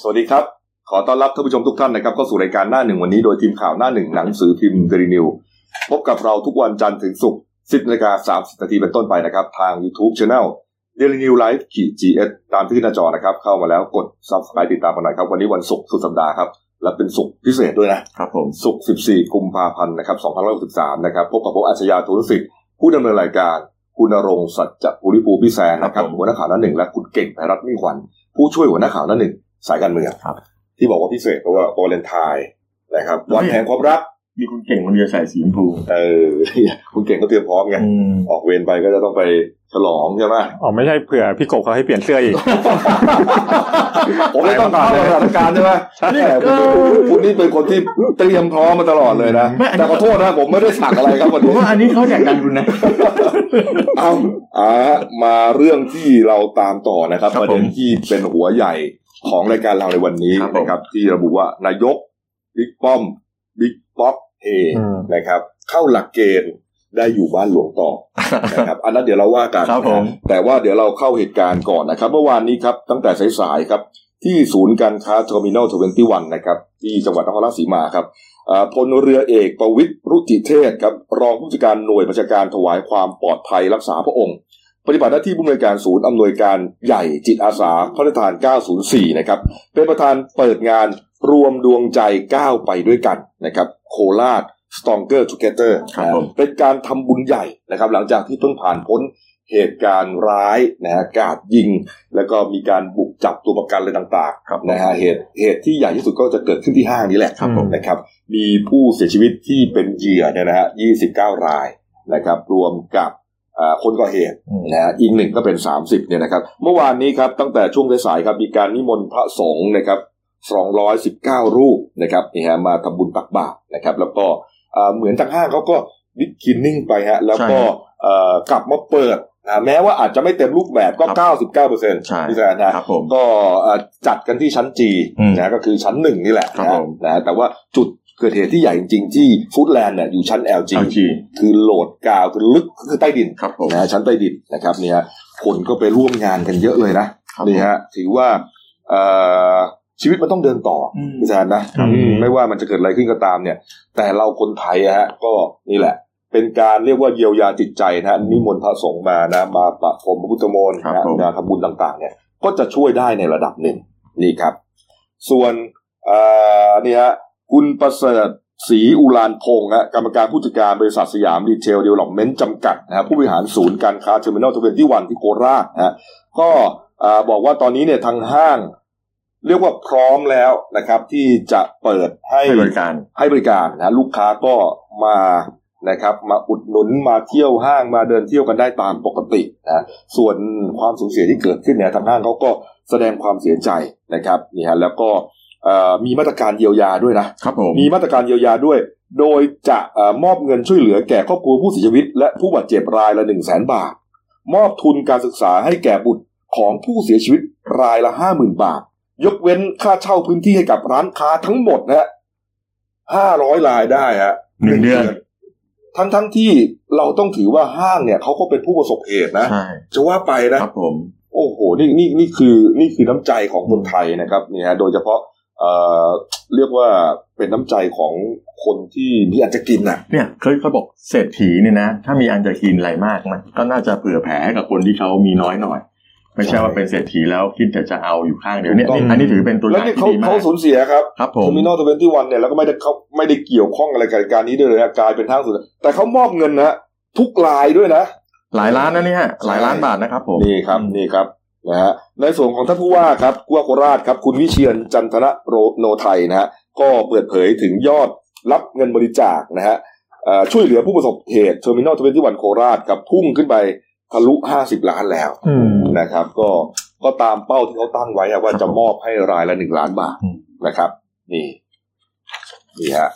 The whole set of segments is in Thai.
สวัสดีครับ ขอต้อนรับท่านผู้ชมทุกท่านนะครับเข้าสู่รายการหน้าหนึ่งวันนี้โดยทีมข่าวหน้าหนึ่งหนังสือพิมพ์เดลินิวพบกับเราทุกวันจันทร์ถึงศุกร์สิบนาฬิกาสามสิบนาทีเป็นต้นไปนะครับ ทาง YouTube Channel เดลินิวไลฟ์ขีจีเอสตามที่ขึ้นหน้าจอนะครับ เข้ามาแล้วกดซับสไครต์ติดตามกันหน่อยครับวันนี้วันศุกร์สุดสัปดาห์ครับ และเป็นศุกร์พิเศษด้วยนะ ครับผม ศุกร์14 กุมภาพันธ์นะครับ2563นะครับ พบกับผมอาชญาโทุนสิทธิ์ผู้ดำเนินรายการ คุณณรงค์สัจจภูริภูพิแซนนะครับหัวหน้าข่าวหน้าหนึ่งและคุณเก่งไพรัตน์มิ่งขวัญผู้ช่วยหัวหน้าข่าวหน้าหนึ่งสายการเมือง ครับ ที่บอกว่าพิเศษเพราะว่าวาเลนไทน์นะครับ อืม วันแห่งความรัก มีคุณเก่งคนเดียวใส่สีชมพู เออ เนี่ยคุณเก่งก็เตรียมพร้อมไง ออกเวรไปก็จะต้องไปฉลองใช่ไหม อ๋อไม่ใช่เผื่อพี่กบเขาให้เปลี่ยนเสื้ออีก ผมเลยต้องการสถานการณ์ใช่ไหมนี่คุณนี่เป็นคนที่เตรียมพร้อมมาตลอดเลยนะ แต่ขอโทษนะผมไม่ได้สั่งอะไรครับวัน ผม นี้ ว่าอันนี้เขาอยากดังคุณนะ เอาอ่ามาเรื่องที่เราตามต่อนะครับ ครับ ประเด็น ผม ที่เป็นหัวใหญ่ของรายการเราในวันนี้ ครับผม นะครับ ที่ระบุว่านายกบิ๊กป้อมบิ๊กป๊อกเอง อืม นะครับ เข้าหลักเกณฑ์ได้อยู่บ้านหลวงต่อ นะครับอันนั้นเดี๋ยวเราว่ากัน ครับผม แต่ว่าเดี๋ยวเราเข้าเหตุการณ์ก่อนนะครับ เมื่อวานนี้ครับตั้งแต่สายๆครับ ที่ศูนย์การค้าเทอร์มินอลทเวนตี้วันนะครับที่จังหวัดนครราชสีมาครับอ่าพลเรือเอกประวิตรรุจิเทศครับรองผู้จัดการหน่วยประชาการถวายความปลอดภัยรักษาพระองค์ ปฏิบัติหน้าที่ผู้อำนวยการศูนย์อำนวยการใหญ่จิตอาสาพระราชทาน 904 นะครับ เป็นประธานเปิดงานรวมดวงใจก้าวไปด้วยกันนะครับโคราช Stronger Together ครับผม เป็นการทำบุญใหญ่นะครับ หลังจากที่เพิ่งผ่านพ้นเหตุการณ์ร้ายนะฮะกราดยิง แล้วก็มีการบุกจับตัวประกันอะไรต่าง ครับ ๆนะฮะเหตุเหตุที่ใหญ่ที่สุดก็จะเกิดขึ้นที่ห้างนี้แหละ ครับผม นะครับ มีผู้เสียชีวิตที่เป็นเหยื่อเนี่ยนะฮะ29 รายนะครับ รวมกับอ่าคนก่อเหตุ นะฮะอีกหนึ่งก็เป็น 30เนี่ยนะครับ เมื่อวานนี้ครับตั้งแต่ช่วงสายๆครับมีการนิมนต์พระสงฆ์นะครับ219 รูปนะครับนี่ฮะมาทำบุญตักบาตรนะครับ แล้วก็เอ่อเหมือนทางห้างเขาก็บิ๊กคินนิ่งไปฮะแล้วก็ ใช่ครับ เอ่อกลับมาเปิดนะแม้ว่าอาจจะไม่เต็มรูปแบบก็ ครับ 99เปอร์เซ็นต์ ใช่ พี่แซนนะ ครับผม ก็เอ่อจัดกันที่ชั้นจี อืม นะก็คือชั้นหนึ่งนี่แหละ ครับ นะ ผม นะแต่ว่าจุดเกิดเหตุที่ใหญ่จริงๆ ที่ฟูดแลนด์เนี่ยอยู่ชั้น LG เอาจี คือโหลดกาวคือลึกคือใต้ดิน ครับผม นะฮะชั้นใต้ดินนะครับเนี่ยคนก็ไปร่วมงานกันเยอะเลยนะครับ นี่ฮะถือว่าเอ่อชีวิตมันต้องเดินต่ออ ม พี่แซนนะครับ อืมไม่ว่ามันจะเกิดอะไรขึ้นก็ตามเนี่ย แต่เราคนไทยอะฮะก็นี่แหละ เป็นการเรียกว่าเยียวยาจิตใจนะฮะนิมนต์พระสงฆ์มานะมาประพรมพระพุทธมนต์ ครับ นะ ผม งานทำบุญต่างๆ เนี่ย ก็จะช่วยได้ในระดับหนึ่งนี่ครับ ส่วนเอ่อนี่ฮะคุณประเสริฐศรีอุลานพงศ์ฮะกรรมการผู้จัดการบริษัทสยามรีเทลเดเวล็อปเมนต์จำกัดนะฮะผู้บริหารศูนย์การค้าเทอร์มินอลทเวนตี้วันที่โคราชนะฮะก็เอ่อบอกว่าตอนนี้เนี่ยทางห้าง เรียกว่าพร้อมแล้วนะครับ ที่จะเปิดให้ ให้บริการ ให้บริการนะลูกค้าก็มานะครับมาอุดหนุนมาเที่ยวห้างมาเดินเที่ยวกันได้ตามปกตินะส่วนความสูญเสียที่เกิดขึ้นเนี่ยทางห้างเขาก็แสดงความเสียใจนะครับนี่ฮะแล้วก็เอ่อมีมาตรการเยียวยาด้วยนะ ครับผม มีมาตรการเยียวยาด้วย โดยจะเอ่อมอบเงินช่วยเหลือแก่ครอบครัวผู้เสียชีวิต และผู้บาดเจ็บรายละหนึ่งแสนบาท มอบทุนการศึกษาให้แก่บุตรของผู้เสียชีวิตรายละห้าหมื่นบาท ยกเว้นค่าเช่าพื้นที่ให้กับร้านค้าทั้งหมดนะฮะห้าร้อยรายได้ฮะ หนึ่งเดือน ทั้งทั้งๆที่เราต้องถือว่าห้างเนี่ยเขาก็เป็นผู้ประสบเหตุนะ ใช่ จะว่าไปนะ ครับผม โอ้โห นี่นี่นี่คือนี่คือน้ำใจของคนไทยนะครับเนี่ยฮะโดยเฉพาะเอ่อเรียกว่าเป็นน้ำใจของคนที่มีอันจะกินน่ะ เนี่ยเคยเขาบอกเศรษฐีเนี่ยนะ ถ้ามีอันจะกินอะไรมากมันก็น่าจะเผื่อแผ่ให้กับคนที่เขามีน้อยหน่อย ไม่ใช่ว่าเป็นเศรษฐีแล้วคิดแต่จะเอาอยู่ข้างเดียวเนี่ย ถูกต้อง นี่อันนี้ถือเป็นตัวอ แล้ว ย่าง นี่ ที่ เขา ดีมา เขา ก สูญเสียครับ ครับผ เทอ ม ร์มินอลทเวนตี้วันเนี่ยแล้วก็ไม่ได้เขาไม่ได้เกี่ยวข้องอะไรกับการนี้ด้วยเลยนะกลายเป็นห้างสุด แต่เขามอบเงินนะทุกรายด้วยนะ หลายล้านนะเนี่ยหลายล้าน ใช่ บาทนะครับผม นี่ครับนี่ครับนะฮะในส่วนของท่านผู้ว่าครับผู้ว่าโคราชครับ คุณวิเชียนจันทนะโรโนไทยนะฮะก็เปิดเผยถึงยอดรับเงินบริจาคนะฮะเอ่อช่วยเหลือผู้ประสบเหตุเทอร์มินอลทเวนตี้วันโคราชครับพุ่งขึ้นไปทะลุ 50 ล้านแล้ว อืม นะครับ ก็ก็ตามเป้าที่เขาตั้งไว้อะว่าจะมอบให้รายละหนึ่งล้านบาท อืม นะครับ นี่นี่ฮะ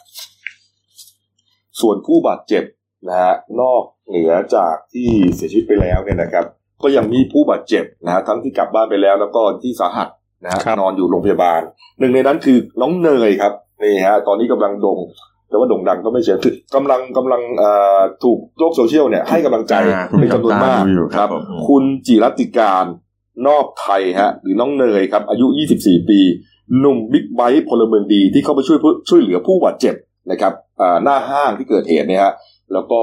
ส่วนผู้บาดเจ็บนะฮะนอกเหนือจากที่เสียชีวิตไปแล้วเนี่ยนะครับ ก็ยังมีผู้บาดเจ็บนะฮะทั้งที่กลับบ้านไปแล้ว แล้วก็ที่สาหัสนะฮะ ครับ นอนอยู่โรงพยาบาล หนึ่งในนั้นคือน้องเนยครับนี่ฮะตอนนี้กำลังโด่งแต่ว่าโด่งดังก็ไม่เชิงคือกำลังกำลังเอ่อถูกโลกโซเชียลเนี่ยให้กำลังใจ อ่า เป็นจำนวนมาก คุณจำตาดูอยู่ครับผม คุณจิรติการนอบไทยฮะหรือน้องเนยครับอายุ 24 ปี หนุ่มบิ๊กไบค์พลเมืองดีที่เข้าไปช่วยผู้ช่วยเหลือผู้บาดเจ็บนะครับอ่าหน้าห้างที่เกิดเหตุเนี่ยฮะแล้วก็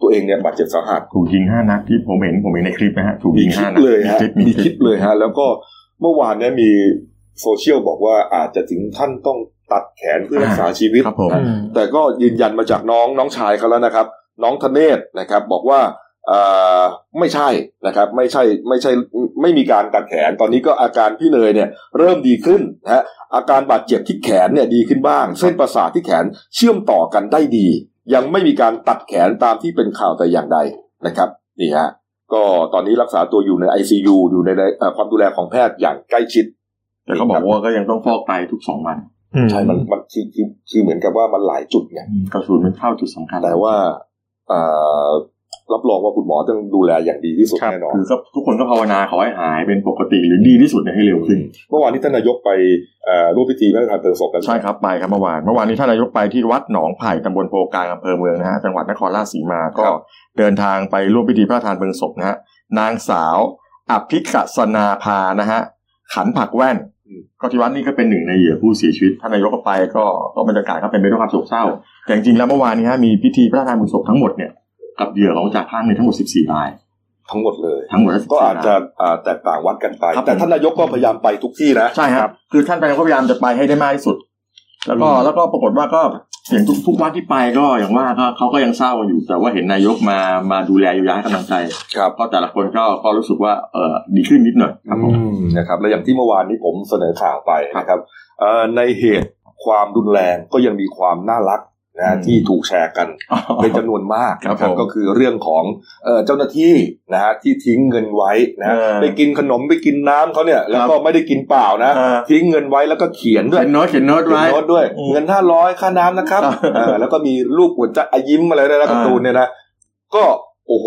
ตัวเองเนี่ยบาดเจ็บสาหัส ถูกยิงห้านัดที่ผมเห็นผมเห็นในคลิปนะฮะถูก มี ยิง คลิ ห้า ป นัด เลยฮะ มีคลิปเลย ฮะ ฮะ แล้วก็เมื่อวานเนี่ยมีโซเชียลบอกว่าอาจจะถึงท่านต้องตัดแขนเพื่อรักษาชีวิต ครับผม แต่ก็ยืนยันมาจากน้องน้องชายเขาแล้วนะครับ น้องธเนศนะครับ บอกว่าอ่าไม่ใช่นะครับ ไม่ใช่ไม่ใช่ไม่ไม่มีการตัดแขนตอนนี้ก็อาการพี่เนยเนี่ยเริ่มดีขึ้นนะฮะอาการบาดเจ็บที่แขนเนี่ยดีขึ้นบ้าง เส้นประสาทที่แขนเชื่อมต่อกันได้ดี ยังไม่มีการตัดแขนตามที่เป็นข่าวแต่อย่างใดนะครับนี่ฮะก็ตอนนี้รักษาตัวอยู่ใน ICU อยู่ในเอ่อความดูแลของแพทย์อย่างใกล้ชิด แต่เขาบอกว่าก็ยังต้องฟอกไตทุกสองวัน ใช่มันมันคือคือคือเหมือนกับว่ามันหลายจุดไง กระสุนมันเข้าจุดสำคัญ แต่ว่าเอ่อรับรองว่าคุณหมอต้องดูแลอย่างดีที่สุด ครับ แน่นอน คือก็ทุกคนก็ภาวนาขอให้หายเป็นปกติหรือดีที่สุดเนี่ยให้เร็วขึ้น เมื่อวานนี้ท่านนายกไปเอ่อร่วมพิธีพระราชทานเพลิงศพกัน ใช่ครับไปครับเมื่อวานเมื่อวานนี้ท่านนายกไปที่วัดหนองไผ่ตำบลโพกลางอำเภอเมืองนะฮะจังหวัดนครราชสีมาก็เดินทางไปร่วมพิธีพระราชทานเพลิงศพนะฮะนางสาวอภิกษนาภานะฮะขันผักแว่น ก็ที่วัดนี่ก็เป็นหนึ่งในเหยื่อผู้เสียชีวิตท่านนายกก็ไปก็ก็บรรยากาศก็เป็นไปด้วยความโศกเศร้า แต่จริงๆแล้วเมื่อวานนี้ฮะมีพิธีพระราชทานเพลิงศพทั้งหมดเนี่ยกับเหยื่อของจากข้างเนี่ยทั้งหมด 14ราย ทั้งหมดเลย ทั้งหมดแล้ว14 ก็อาจจะ รย อ่าแตกต่างวัดกันไป ครับ แต่ท่านนายกก็พยายามไปทุกที่นะ ใช่ครับ คือท่านไปก็พยายามจะไปให้ได้มากที่สุด แล้วก็ อืม แล้วก็ปรากฏว่าก็เห็นทุกทุกวัดที่ไปก็อย่างว่าก็เขาก็ยังเศร้าอยู่ แต่ว่าเห็นนายกมามาดูแลเยียวยาให้กำลังใจ ครับ เพราะแต่ละคนก็ก็รู้สึกว่าเออดีขึ้นนิดหน่อยครับผม นะครับ และอย่างที่เมื่อวานนี้ผมเสนอข่าวไปนะครับเอ่อในเหตุความรุนแรงก็ยังมีความน่ารักนะฮะ อืม ที่ถูกแชร์กัน เป็นจำนวนมาก ครับ นะ ผม ก็คือเรื่องของเอ่อเจ้าหน้าที่นะฮะที่ทิ้งเงินไว้นะฮะ เออ ไปกินขนมไปกินน้ำเขาเนี่ย แล้วก็ไม่ได้กินเปล่านะ เออ ทิ้งเงินไว้แล้วก็เขียนด้วย เขียนโน้ตเขียนโน้ต เขียน ไว้ โน้ตด้วย อืม เงินห้าร้อยค่าน้ำนะครับ ครับ เออแล้วก็มีรูปหัวใจอ่ะยิ้มอะไรด้วยนะ เออ การ์ตูนเนี่ยนะก็โอ้โห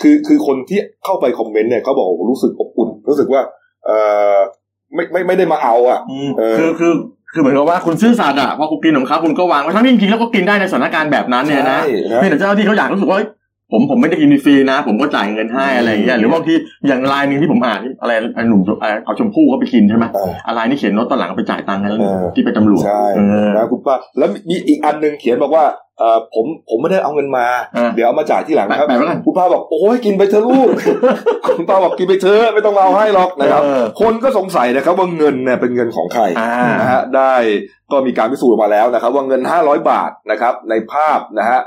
คือคือคนที่เข้าไปคอมเมนต์เนี่ยเขาบอกว่ารู้สึกอบอุ่น รู้สึกว่าเออไม่ไม่ไม่ได้มาเอาอ่ะ อืม เออ คือคือคือเหมือนกับว่าคุณซื่อสัตย์อะพอคุณกินของเขาคุณก็วางไว้ทั้งที่จริงๆแล้วก็กินได้ในสถานการณ์แบบนั้นเนี่ยนะ ใช่ครับ เพียงแต่เจ้าหน้าที่เขาอยากรู้สึกว่าเฮ้ยผมผมไม่ได้กินฟรีนะ ผมก็จ่ายเงินให้อะไรอย่างเงี้ยหรือบางทีอย่างรายหนึ่งที่ผมอ่านที่อะไรไอ้หนุ่มไอ้เอาชมพู่เขาไปกินใช่ไหม เออ อะไรนี่เขียนโน้ตตอนหลังเอาไปจ่ายตังค์ให้แล้วนี่ เออ ที่เป็นตำรวจ ใช่ เออ นะคุณป้าแล้วมีอีกอันหนึ่งเขียนบอกว่าเออผมผมไม่ได้เอาเงินมา อ่า เดี๋ยวเอามาจ่ายที่หลัง แปะ นะครับ แปะไว้กัน คุณป้าบอกโอ้ยกินไปเถอะลูก คุณป้าบอกกินไปเถอะไม่ต้องมาเอาให้หรอกนะครับ เออ คนก็สงสัยนะครับว่าเงินเนี่ยเป็นเงินของใคร อ่า นะฮะได้ก็มีการพิสูจน์ออกมาแล้วนะครับ ว่าเงิน 500 บาทนะครับ ในภาพนะฮะ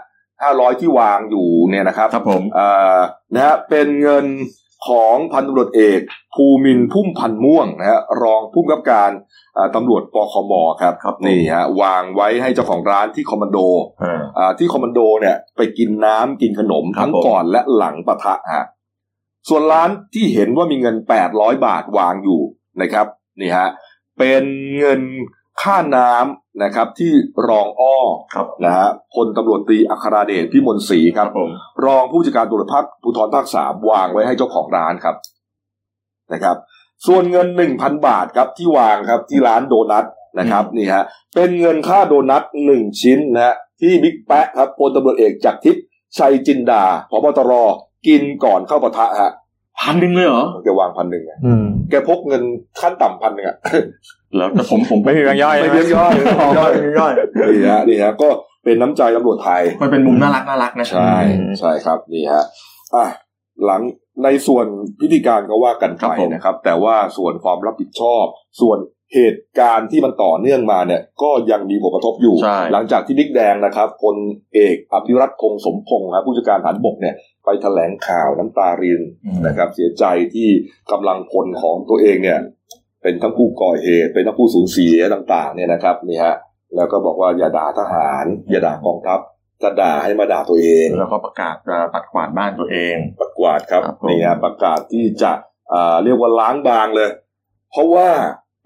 500 ที่วางอยู่เนี่ยนะครับ ครับผม เอ่อนะฮะเป็นเงินของพันตำรวจเอก ภูมินทร์พุ่มพันธ์ม่วงนะฮะรองผู้กำกับการเอ่อตำรวจปคมครับ ครับผม นี่ฮะวางไว้ให้เจ้าของร้านที่คอมมานโด เออ อ่าที่คอมมานโดเนี่ยไปกินน้ำกินขนม ครับ ทั้ง ผม ก่อนและหลังปะทะฮะส่วนร้านที่เห็นว่ามีเงิน 800 บาทวางอยู่นะครับนี่ฮะเป็นเงินค่าน้ำนะครับที่รองอ้อ ครับ นะฮะพลตำรวจตรีอัคราเดชพิมลศรีค ค รั รับ บผม รองผู้จัดการตำรวจภาคภูธรภาคสามวางไว้ให้เจ้าของร้านครับนะครับ ส่วนเงินหนึ่งพันบาทครับที่วางครับที่ร้านโดนัทนะครับนี่ฮะเป็นเงินค่าโดนัทหนึ่งชิ้นนะฮะที่บิ๊กแปะครับพลตำรวจเอกจากรทิพย์ชัยจินดาพบตรกินก่อนเข้าปะทะฮะ พันหนึ่งเลยเหรอ แกวางพันหนึ่งไง อืม แกพกเงินขั้นต่ำพันหนึ่งอะ แล้วแต่ผมผม ไม่มีแบงค์ย่อย ไม่ นะ เลี้ยงย่อยไม่ อ๋อ เลี้ยงย่อย ไม่มีย่อย นี่ฮะนี่ฮะก็เป็นน้ำใจตำรวจไทย มันเป็นมุมน่ารักน่ารักนะ ใช่ใช่ครับนี่ฮะอ่ะหลังในส่วนพิธีการก็ว่ากันไปนะครับ แต่ว่าส่วนความรับผิดชอบ ส่วนเหตุการณ์ที่มันต่อเนื่องมาเนี่ย ก็ยังมีผลกระทบอยู่ ใช่ หลังจากที่บิ๊กแดงนะครับพลเอกอภิรัตคงสมพงศ์นะผู้จัดการฐานบกเนี่ยไปแถลงข่าวน้ำตารินนะครับ เสียใจที่กำลังพลของตัวเองเนี่ย เป็นทั้งผู้ก่อเหตุ เป็นทั้งผู้สูญเสียต่าง ๆ เนี่ยนะครับนี่ฮะแล้วก็บอกว่าอย่าด่าทหาร อย่าด่ากองทัพจะด่าให้มาด่าตัวเอง แล้วก็ประกาศจะปัดกวาดบ้านตัวเอง ประกวาดครับ ครับผม นี่ฮะประกาศที่จะอ่าเรียกว่าล้างบางเลย เพราะว่า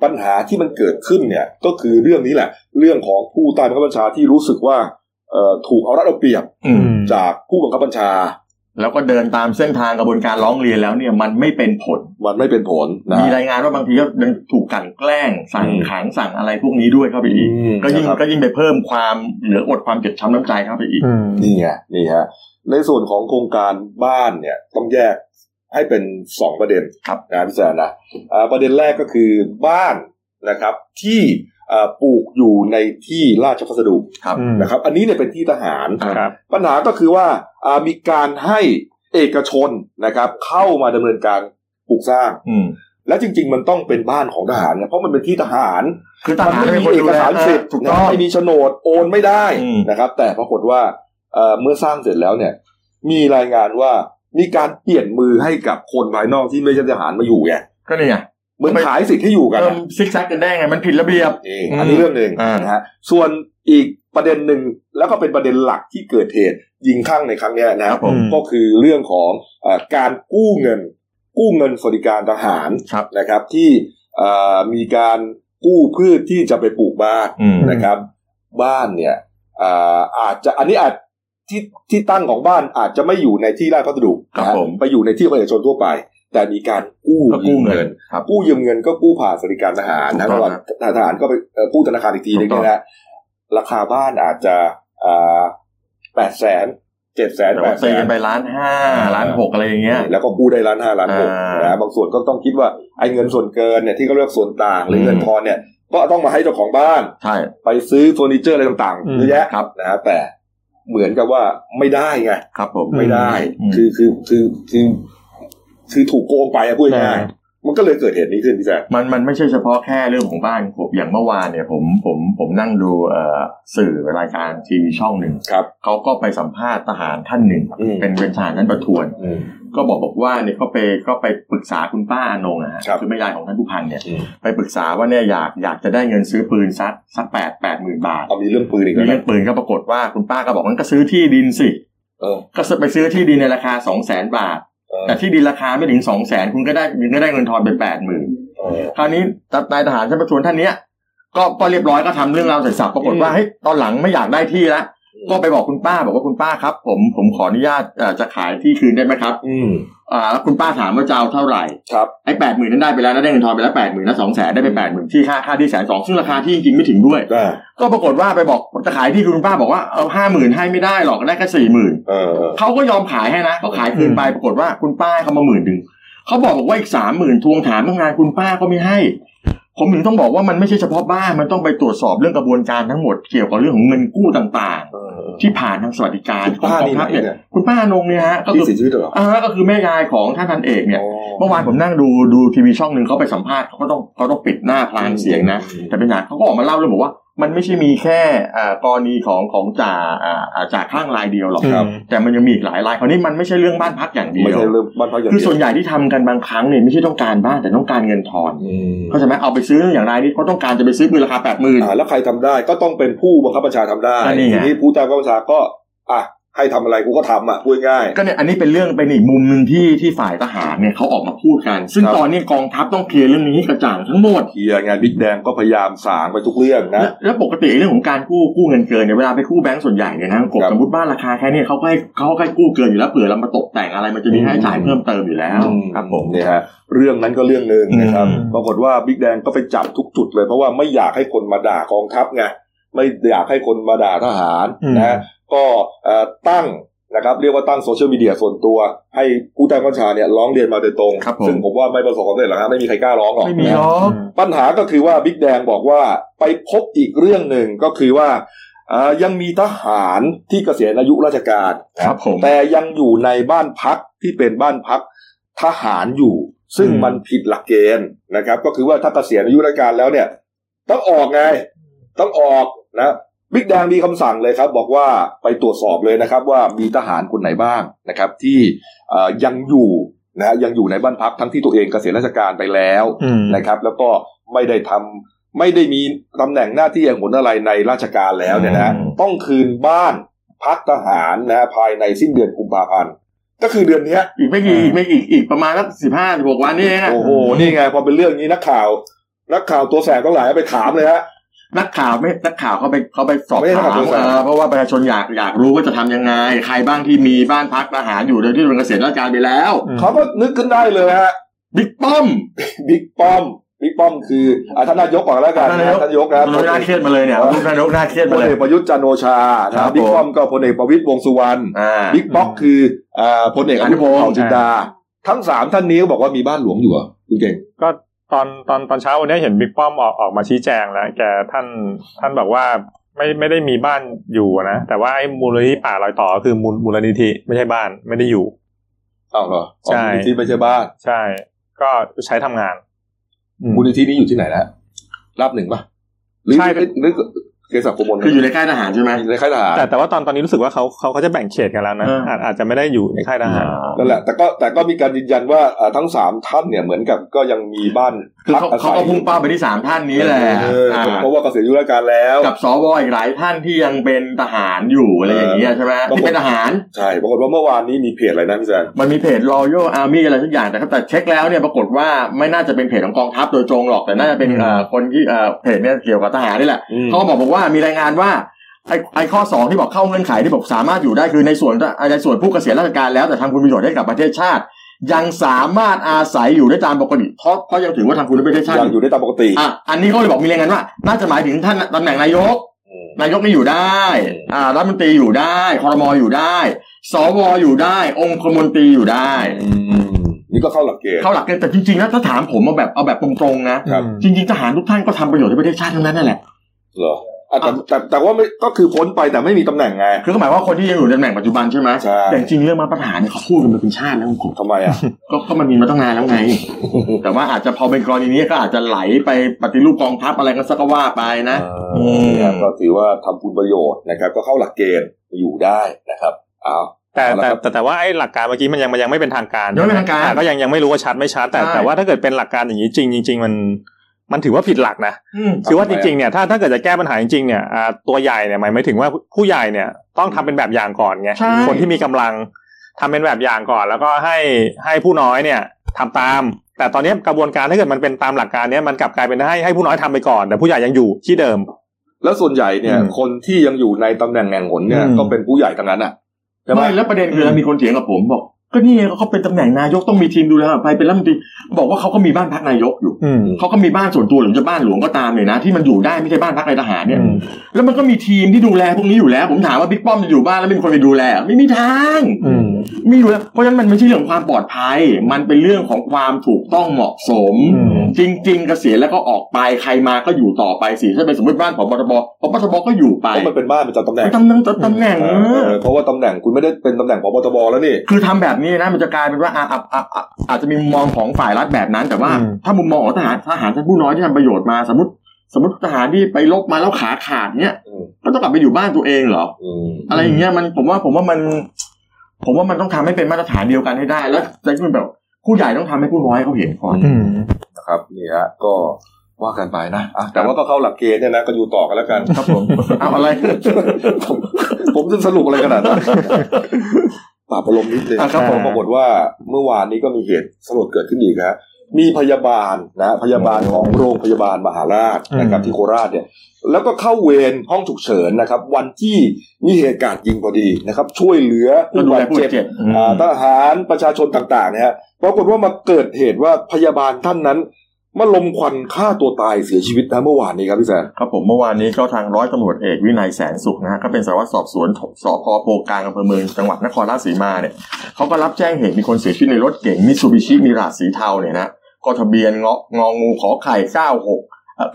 ปัญหาที่มันเกิดขึ้นเนี่ยก็คือเรื่องนี้แหละ เรื่องของผู้ใต้บังคับบัญชาที่รู้สึกว่าเอ่อถูกเอารัดเอาเปรียบ อืม จากผู้บังคับบัญชา แล้วก็เดินตามเส้นทางกระบวนการร้องเรียนแล้วเนี่ยมันไม่เป็นผล มันไม่เป็นผลนะ มีรายงานว่าบางทีก็ยังถูกกลั่นแกล้งสั่งขังสั่งอะไรพวกนี้ด้วยเข้าไปอีก อืม ก็ยิ่ง นะครับ ก็ยิ่งไปเพิ่มความเหลืออดความเจ็บช้ำน้ำใจเข้าไปอีก อืม นี่ไงนี่ฮะในส่วนของโครงการบ้านเนี่ยต้องแยกให้เป็นสองประเด็น ครับ นะพี่แซนนะอ่าประเด็นแรกก็คือบ้าน นะครับ ที่เอ่อปลูกอยู่ในที่ราชพัสดุ ครับ อืม นะครับ อันนี้เนี่ยเป็นที่ทหาร ครับ ปัญหาก็คือว่าอ่ามีการให้เอกชนนะครับ เข้ามาดำเนินการปลูกสร้าง อืม และจริง ๆ มันต้องเป็นบ้านของทหารเนี่ยเพราะมันเป็นที่ทหาร คือท มั หาร ไม่ เป็น มี คน เอกดูแล สารสิทธิ์ ถูกต้อง ไม่มีโฉนดโอนไม่ได้ อืม นะครับ แต่ปรากฏว่าเอ่อเมื่อสร้างเสร็จแล้วเนี่ย มีรายงานว่ามีการเปลี่ยนมือให้กับคนภายนอกที่ไม่ใช่ทหารมาอยู่ไง ก็นี่ไง เหมือนขายสิทธิ์ให้อยู่กัน เริ่ อะ มซิกแซกกันได้ไงมันผิดระเบียบ นี่อันนี้เรื่องหนึ่ง อ่าน นะฮะส่วนอีกประเด็นหนึ่งแล้วก็เป็นประเด็นหลักที่เกิดเหตุยิงข้างในครั้งเนี้ยนะ อืม ก็คือเรื่องของเออการกู้เงิน กู้เงินสวัสดิการทหาร ครับ นะครับที่เอ่อมีการกู้พืชที่จะไปปลูกบ้าน อืม นะครับ บ้านเนี่ยเอ่ออาจจะอันนี้อาจที่ที่ตั้งของบ้านอาจจะไม่อยู่ในที่ราชพัสดุ ครับ นะฮะ ผม ไปอยู่ในที่ของเอกชนทั่วไป แต่มีการกู้ ก็กู้เงิ ยืม นครับ กู้ยืมเงินก็กู้ผ่านสวัสดิการทหารนะ ถู ระ ก ห ต้ ว่างองครับ ทหารก็ไปเอ่อกู้ธนาคารอีกทีหนึง ถูกต้อง เนยนะราคาบ้านอาจจะแปดแสนเจ็ดแสน แต่ แป ว่า ดแส ตีกัน นไปล้านห้าล้านหกอะไรอย่างเงี้ย แล้วก็กู้ได้ล้านห้าล้านหก อ่าน นะบางส่วนก็ต้องคิดว่าไอ้เงินส่วนเกินเนี่ยที่เขาเรียกส่วนต่างหรือ ม เงินทอนเนี่ย ก็ต้องมาให้เจ้าของบ้าน ใช่ ไปซื้อเฟอร์นิเจอร์อะไรต่าง อืมๆเยอะแยะ ครับ นะฮะแต่เหมือนกับว่าไม่ได้ไง ครับผม ไม่ได้ อืม คือคือคือคือคือถูกโกงไปอะพูดใช่ง่ายๆมันก็เลยเกิดเหตุนี้ขึ้นพี่แจ๊ค มันมันไม่ใช่เฉพาะแค่เรื่องของบ้านผมอย่างเมื่อวานเนี่ยผมผมผมนั่งดูเอ่อสื่อรายการทีวีช่องหนึ่ง ครับ เขาก็ไปสัมภาษณ์ทหารท่านหนึ่ง อืม เป็นเป็นทหารท่านประทวน อืม ก็บอกบอกว่าเนี่ยก็ไปก็ไปปรึกษาคุณป้าอนงอะฮะ ครับ คือแม่ยายของท่านผู้พันเนี่ย อืม ไปปรึกษาว่าเนี่ยอยากอยากจะได้เงินซื้อปืนสักสักแปดแปดหมื่นบาท เอามีเรื่องปืนอีก มี แล้ว เรื่ นะ องปืนก็ปรากฏว่าคุณป้าก็บอกงั้นก็ซื้อที่ดินสิ เออ ก็ไปซื้อที่ดินในราคาสองแสนบาท เออ แต่ที่ดินราคาไม่ถึงสองแสนคุณก็ได้คุณก็ได้เงินทอนไปแปดหมื่น เออ คราวนี้นายทหารชั้นประทวนท่านเนี้ยก็ก็เรียบร้อยก็ทำเรื่องราวเสร็จสับปรากฏว่า อืม เฮ้ยตอนหลังไม่อยากได้ที่ละ อืม ก็ไปบอกคุณป้าบอกว่าคุณป้าครับ ผมผมขออนุญาตเอ่อจะขายที่คืนได้ไหมครับ อืม อ่าแล้วคุณป้าถามว่าจะเอาเท่าไหร่ ครับ ไอ้แปดหมื่นนั้นได้ไปแล้วนะได้เงินทอนไปแล้วแปดหมื่นแล้วสองแสนได้ไปแปดหมื่นที่ค่าค่าที่แสนสองซึ่งราคาที่จริงๆไม่ถึงด้วย ได้ ก็ปรากฏว่าไปบอกจะขายที่คุณป้าบอกว่าเอาห้าหมื่นให้ไม่ได้หรอกได้แค่สี่หมื่น เออเออ เขาก็ยอมขายให้นะเขาขายคืนไปปรากฏว่าคุณป้าให้เขามาหมื่นหนึ่งเขาบอกบอกว่าอีกสามหมื่นทวงถามตั้งนานคุณป้าก็ไม่ให้ ผมถึงต้องบอกว่ามันไม่ใช่เฉพาะบ้านมันต้องไปตรวจสอบเรื่องกระบวนการทั้งหมดเกี่ยวกับเรื่องของเงินกู้ต่าง เออเออ ๆ ที่ผ่านทางสวัสดิการ คุณป้า ของกองทัพเนี่ย นี่ไหนเนี่ย คุณป้านงเนี่ยฮะก็ ที่ คือ เสียชีวิตเหรอ อ่าก็คือแม่ยายของท่านพันเอกเนี่ย เมื่อวานผมนั่งดูดูทีวีช่องหนึ่งเขาไปสัมภาษณ์เขาก็ต้องเขาต้องปิดหน้าพลางเสียงนะ แต่เป็นหนักเขาก็ออกมาเล่าเลยบอกว่า มันไม่ใช่มีแค่อ่ากรณีของของจ่าอ่าอ่าจ่าข้างรายเดียวหรอก ครับ แต่มันยังมีอีกหลายรายคราวนี้มันไม่ใช่เรื่องบ้านพักอย่างเดีย ไม่ ว ใช่เรื่องบ้านพักอย่าง คือ เดียว ส่วนใหญ่ที่ทำกันบางครั้งเนี่ยไม่ใช่ต้องการบ้านแต่ต้องการเงินทอน อืม เข้าใจไหมเอาไปซื้ออย่างไรายนี่เขาต้องการจะไปซื้อปืนราคาแปดหมื่น อ่าแล้วใครทำได้ก็ต้องเป็นผู้บังคับบัญชาทำได้ ก็นี่ไง ทีนี้ผู้ใต้บังคับบัญชาก็ อ่ะให้ทำอะไรกูก็ทำอ่ะพูดง่าย ก็เนี่ยอันนี้เป็นเรื่องเป็นอีกมุมหนึ่งที่ที่ฝ่ายทหารเนี่ยเขาออกมาพูดกัน ซึ่ง ครับ ตอนนี้กองทัพต้องเคลียร์เรื่องนี้ให้กระจ่างทั้งหมด เฮียไงบิ๊กแดงก็พยายามสางไปทุกเรื่องนะ แล้วแล้วปกติเรื่องของการกู้กู้เงินเกินเนี่ยเวลาไปกู้แบงก์ส่วนใหญ่เนี่ยนะกบ ครับ สมมติบ้านราคาแค่เนี่ยเขาก็ให้เขาก็ให้กู้เกินอยู่แล้วเผื่อเรามาตกแต่งอะไรมันจะมีค่าใช้จ่าย อืม เพิ่มเติมอยู่แล้ว ครับผมเนี่ยฮะเรื่องนั้นก็เรื่องหนึ่งนะครับ อืม ปรากฏว่าบิ๊กแดงก็ไปจับทุกจุดเลย เพราะว่าไม่อยากให้คนมาด่ากองทัพไงไม่อยากให้คนมาด่าทหาร อืม นะฮะก็เอ่อตั้งนะครับ เรียกว่าตั้งโซเชียลมีเดียส่วนตัว ให้ผู้ใต้บัญชาเนี่ยร้องเรียนมาโดยตรง ครับผม ซึ่งผมว่าไม่ประสบความสำเร็จหรอกฮะไม่มีใครกล้าร้องหรอก ไม่มี นะฮะ เนาะ ปัญหาก็คือว่าบิ๊กแดงบอกว่าไปพบอีกเรื่องหนึ่งก็คือว่าเอ่อยังมีทหารที่เกษียณอายุราชการ ครับผม แต่ยังอยู่ในบ้านพักที่เป็นบ้านพักทหารอยู่ ซึ่ง อืม มันผิดหลักเกณฑ์นะครับ ก็คือว่าถ้าเกษียณอายุราชการแล้วเนี่ย ต้องออกไง ต้องออกนะบิ๊กแดงมีคำสั่งเลยครับ บอกว่าไปตรวจสอบเลยนะครับ ว่ามีทหารคนไหนบ้างนะครับ ที่เอ่อยังอยู่นะยังอยู่ในบ้านพักทั้งที่ตัวเองเกษียณราชการไปแล้ว อืม นะครับแล้วก็ไม่ได้ทำไม่ได้มีตำแหน่งหน้าที่อย่างหนอะไรในราชการแล้วเนี่ยนะ อืม ต้องคืนบ้านพักทหารนะฮะภายในสิ้นเดือนกุมภาพันธ์ก็คือเดือนเนี้ย อีกไม่กี่อีกไม่กี่อีกประมาณสักสิบห้าสิบหกวันนี่เองอะ โอ้โหนี่ไงพอเป็นเรื่องนี้นักข่าว นักข่าวตัวแสบทั้งหลายไปถามเลยฮะ นักข่าวไม่นักข่าวเขาไปเขาไปสอบ ไม่ได้ ถาม นักข่าวสอบถาม เออเพราะว่าประชาชนอยากอยากรู้ว่าจะทำยังไง ใครบ้างที่มีบ้านพักทหารอยู่โดยที่เป็นเกษียณราชการไปแล้ว อืม เขาก็นึกขึ้นได้เลยฮะ บิ๊กป้อม บิ๊กป้อมบิ๊กป้อมคืออ่ะท่านนายกก่อนแล้วกัน ท่านนายก ท่านนายกนะนายกน่าเครียดมาเลยเนี่ยรูปนายกน่าเครียด พลมาเลย เอกประยุทธ์จันทร์โอชานะ ค ฮะ รับ บิ๊ก ผม ป้อมก็พลเอกประวิตรวงษ์สุวรรณ อ่า บิ๊กบ็อก อืม คืออ่าพลเอกอนุพงศ์ อนุพงษ์ เผ่าจินดา ทั้งสามท่านนี้ก็บอกว่ามีบ้านหลวงอยู่เหรอคุณเก่ง ก็ ตอนตอนตอนเช้าวันนี้เห็นบิ๊กป้อมออกออกมาชี้แจงแล้วแกท่านท่านบอกว่าไม่ไม่ได้มีบ้านอยู่นะ แต่ว่าไอ้มูลนิธิป่ารอยต่อก็คือมูลมูลนิธิไม่ใช่บ้านไม่ได้อยู่ อ้าวเหรออ๋อ ใช่ มูลนิธิไม่ใช่บ้าน ใช่ ก็ใช้ทำงานอืม มูลนิธินี้อยู่ที่ไหนนะฮะลาบหนึ่งป่ะหรือ ใช่ หรือหรือเกษตรกรมล คืออยู่ในค่ายทหารใช่ไหม ในค่ายทหาร แต่แต่ว่าตอนตอนนี้รู้สึกว่าเขาเขาเขาจะแบ่งเขตกันแล้วนะ อ่า อาจอาจจะไม่ได้อยู่ในค่ายทหาร นั่นแหละแต่ก็แต่ก็มีการยืนยันว่าเอ่อทั้งสามท่านเนี่ยเหมือนกับก็ยังมีบ้าน คือ พั เขา อา เขา ศัย ก็พุ่งเป้าไปที่สามท่านนี้แหละ เออ อ่า เพราะว่าเกษียณอายุราชการแล้ว กับสวอีกหลายท่านที่ยังเป็นทหารอยู่อะไรอย่างเงี้ยใช่ไหม บางคน ที่เป็นทหาร ใช่ปรากฏว่าเมื่อวานนี้มีเพจอะไรนะพี่แซน มันมีเพจ Royal Army อะไรทุกอย่างแต่แต่เช็คแล้วเนี่ยปรากฏว่าไม่น่าจะเป็นเพจของกองทัพโดยตรงหรอกแต่น่าจะเป็น อืม เอ่อคนที่เอ่อเพจเนี่ยเกี่ยวกับทหารนี่แหละเขาก็บอกบอกว่ามีรายงานว่าไอ้ไอ้ข้อ 2 ที่บอกเข้าเงื่อนไขที่บอกสามารถอยู่ได้คือในส่วนในส่วนผู้เกษียณราชการแล้วแต่ทำคุณประโยชน์ให้กับประเทศชาติ ยังสามารถอาศัยอยู่ได้ตามปกติเพราะเพราะยังถือว่าทำคุณประเทศชาติ ยัง อ อยู่ ยู่ได้ตามปกติ อ่ะอันนี้เขาเลยบอกมีรายงานว่าน่าจะหมายถึงท่านตำแหน่งนายก นายกนี่อยู่ได้ อ่า รัฐมนตรีอยู่ได้ คอรมออยู่ได้ สวอยู่ได้ องคมนตรีอยู่ได้ นี่ก็เข้าหลักเกณฑ์ เข้าหลักเกณฑ์แต่จริงๆนะถ้าถามผมเอาแบบเอาแบบตรงๆนะ ครับ จริงๆทหารทุกท่านก็ทำประโยชน์ให้ประเทศชาติทั้งนั้นนั่นแหละ เหรออ่ะแต่แต่แต่ว่าไม่ก็คือพ้นไปแต่ไม่มีตำแหน่งไง คือก็หมายว่าคนที่ยังอยู่ในตำแหน่งปัจจุบันใช่ไหม ใช่ แต่จริงๆเรื่องมาตรฐานเนี่ยเขาพูดกันมาเป็นชาติแล้วคุณกบ ทำไมอ่ะ ก็ก็มันมีมาตั้งนานแล้วไง แต่ว่าอาจจะพอเป็นกรณีนี้ก็อาจจะไหลไปปฏิรูปกองทัพอะไรก็สักก็ว่าไปนะ อืมนะครับก็ถือว่าทำคุณประโยชน์นะครับ ก็เข้าหลักเกณฑ์อยู่ได้นะครับอ้าว แต่ เอาละ แต่ ครับ แต่แต่ว่าไอ้หลักการเมื่อกี้มันยังมันยังไม่เป็นทางการ ยังไม่เป็นทางการ อ่ก็ยังยังไม่รู้ว่าชัดไม่ชัดแต่ ใช่ แต่ว่าถ้าเกิดเป็นหลักการอย่างนี้จริงจริงๆมันมันถือว่าผิดหลักนะ อืม คือว่าจ ทำไมอ่ะ ริงๆเนี่ยถ้าถ้าเกิดจะแก้ปัญหาจริงๆเนี่ยอ่าตัวใหญ่เนี่ยหมายถึงว่าผู้ใหญ่เนี่ยต้องทำเป็นแบบอย่างก่อนไง ใช่ คนที่มีกำลังทำเป็นแบบอย่างก่อน แล้วก็ให้ให้ผู้น้อยเนี่ยทำตาม แต่ตอนนี้กระบวนการถ้าเกิดมันเป็นตามหลักการเนี้ยมันกลับกลายเป็นให้ให้ผู้น้อยทำไปก่อน แต่ผู้ใหญ่ยังอยู่ที่เดิม แล้วส่วนใหญ่เนี่ย อืม คนที่ยังอยู่ในตำแหน่งแห่งหนเนี่ย อืม ก็เป็นผู้ใหญ่ทั้งนั้นอ่ะใช่ไหม ไม่แล้วประเด็นคือ อืม มีคนเถียงกับผมบอก ก็นี่ไงเขาเป็นตำแหน่งนายกต้องมีทีมดูแลไปเป็นรัฐมนตรีบอกว่าเขาก็มีบ้านพักนายกอยู่ อืม เขาก็มีบ้านส่วนตัวหรือจะบ้านหลวงก็ตามเนี่ยนะ ที่มันอยู่ได้ไม่ใช่บ้านพักในายทหารเนี่ย แล้วมันก็มีทีมที่ดูแลพวกนี้อยู่แล้ว ผมถามว่าบิ๊กป้อมจะอยู่บ้านแล้วไม่มีคนไปดูแลไม่มีทาง อืม มีอยู่แล้วเพราะฉะนั้นมันไม่ใช่เรื่องของความปลอดภัย มันเป็นเรื่องของความถูกต้องเหมาะสม อืม จริง ๆ เกษียณแล้วก็ออกไปใครมาก็อยู่ต่อไปสิถ้าเป็นสมมติบ้านผบตบผบตบก็อยู่ไป เพราะมันเป็นบ้านประจำตำแหน่ง ตำแหน่งตำแหน่ง เอ เอ อ อ เพราะว่าตำแหน่งคุณไม่ได้เป็นตำแหน่งพบตบแล้วนี่ คือทำแบบนี้นะมันจะกลายเป็นว่าอ่ะอ่ะอ่ะอ่ะอาจจะมีมุมมองของฝ่ายรัฐแบบนั้น แต่ว่า อืม ถ้ามุมมองของทหารทหารชั้นผู้น้อยที่ทำประโยชน์มาสมมติ สมมติทหารที่ไปลบมาแล้วขาขาดเนี้ย อืม ก็ต้องกลับไปอยู่บ้านตัวเองเหรอ อืม อะไรอย่างเงี้ยมันผมว่าผมว่ามัน ผมว่ามันต้องทำให้เป็นมาตรฐานเดียวกันให้ได้แล้วจะเป็นแบบผู้ใหญ่ต้องทำให้ผู้น้อยเขาเห็นก่อน อืม นะครับนี่ฮะก็ว่ากันไปนะอ่ะแต่ว่าก็เข้าหลักเกณฑ์เนี่ยนะก็อยู่ต่อกันแล้วกัน ครับ ผมเอาอะไร ผม ผมจะสรุปอะไรขนาดนั้น ปราบอารมณ์นิดนึง อ่ะครับผม ปรากฏว่าเมื่อวานนี้ก็มีเหตุสลดเกิดขึ้นอีกฮะมีพยาบาลนะพยาบาลของโรงพยาบาลมหาราชนะครับ อืม ที่โคราชเนี่ย แล้วก็เข้าเวรห้องฉุกเฉินนะครับ วันที่มีเหตุการณ์ยิงพอดีนะครับ ช่วยเหลือ ก็ ผู้ ดู บา แล ด ผู้ เจ็บ เจ็บ อ่าทหารประชาชนต่างๆเนี่ยฮะปรากฏว่ามาเกิดเหตุว่าพยาบาลท่านนั้นมาลมควันฆ่าตัวตายเสียชีวิตนะเมื่อวานนี้ครับพี่แซน ครับผมเมื่อวานนี้ก็ทางร้อยตำรวจเอกวินัยแสนสุขนะฮะก็เป็นสารวัตรสอบสวนสพโพกลางอำเภอเมืองจังหวัดนครราชสีมาเนี่ยเขาก็รับแจ้งเหตุมีคนเสียชีวิตในรถเก๋งมิตซูบิชิมิราสีเทาเนี่ยนะก็ทะเบียนเงาะงองูขอไข่96เอ่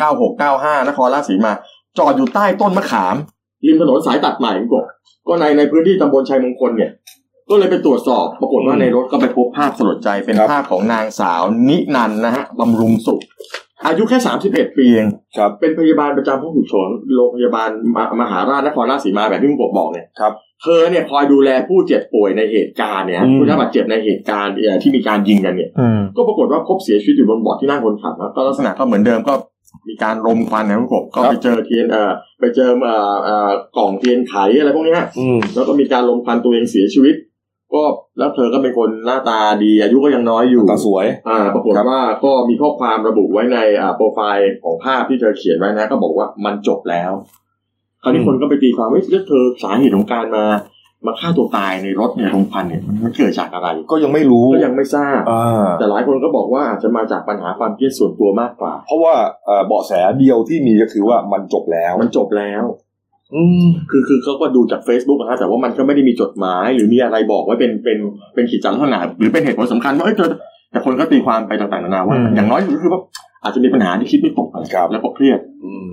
อ9695นครราชสีมา จอดอยู่ใต้ต้นมะขาม ริมถนนสายตัดใหม่คุณกบก็ในในพื้นที่ตำบลชัยมงคลเนี่ย ก็เลยไปตรวจสอบปรากฏว่าในรถก็ไปพบภาพสลดใจเป็น ครับ ภาพของนางสาวนินันนะฮะบำรุงสุข อายุแค่31ปีเอง ครับ เป็นพยาบาลประจำห้องฉุกเฉินโรงพยาบาลมหมหาราชนครราชสีมาแบบที่คุณกบบอกเนี่ย ครับ เธอเนี่ยคอยดูแลผู้เจ็บป่วยในเหตุการณ์เนี่ยฮะ อืม ผู้ได้บาดเจ็บในเหตุการณ์เอ่อที่มีการยิงกันเนี่ย อืม ก็ปรากฏว่าพบเสียชีวิตอยู่บนเบาะที่นั่งคนขับนะก็ลักษณะก็เหมือนเดิมก็มีการรมควันนะคุณกบก็ ครับ ไปเจอเทียนเอ่อไปเจอเอ่อเอ่อกล่องเทียนไขอะไรพวกเนี้ยฮะ อืม แล้วก็มีการรมควันตัวเองเสียชีวิต ก็แล้วเธอก็เป็นคนหน้าตาดี อายุก็ยังน้อยอยู่ ตาสวย อ่าปรากฏว่าก็มีข้อความระบุไว้ในอ่าโปรไฟล์ของภาพที่เธอเขียนไว้นะ ก็บอกว่ามันจบแล้ว คราวนี้ อืม คนก็ไปตีความว่าเรื่องเธอสาเหตุของการมา มาฆ่าตัวตายในรถเนี่ยโรงพันเนี่ยมันเกิดจากอะไร ก็ยังไม่รู้ ก็ยังไม่ทราบ อ่า แต่หลายคนก็บอกว่าอาจจะมาจากปัญหาความเครียดส่วนตัวมากกว่า เพราะว่าเอ่อเบาะแสเดียวที่มีก็คือว่ามันจบแล้ว มันจบแล้ว อืม คือคือเขาก็ดูจาก Facebook นะฮะแต่ว่ามันก็ไม่ได้มีจดหมาย หรือมีอะไรบอกไว่าเป็นเป็นเป็นขีดจำลักษณะหรือเป็นเหตุผลสำคัญว่าเอ้ยเธอ แต่คนก็ตีความไปต่างๆนานาว่า อืม อย่างน้อยที่สุดคือว่าอาจจะมีปัญหาที่คิดไม่ตกอะ ครับ แล้วก็เครียด อืม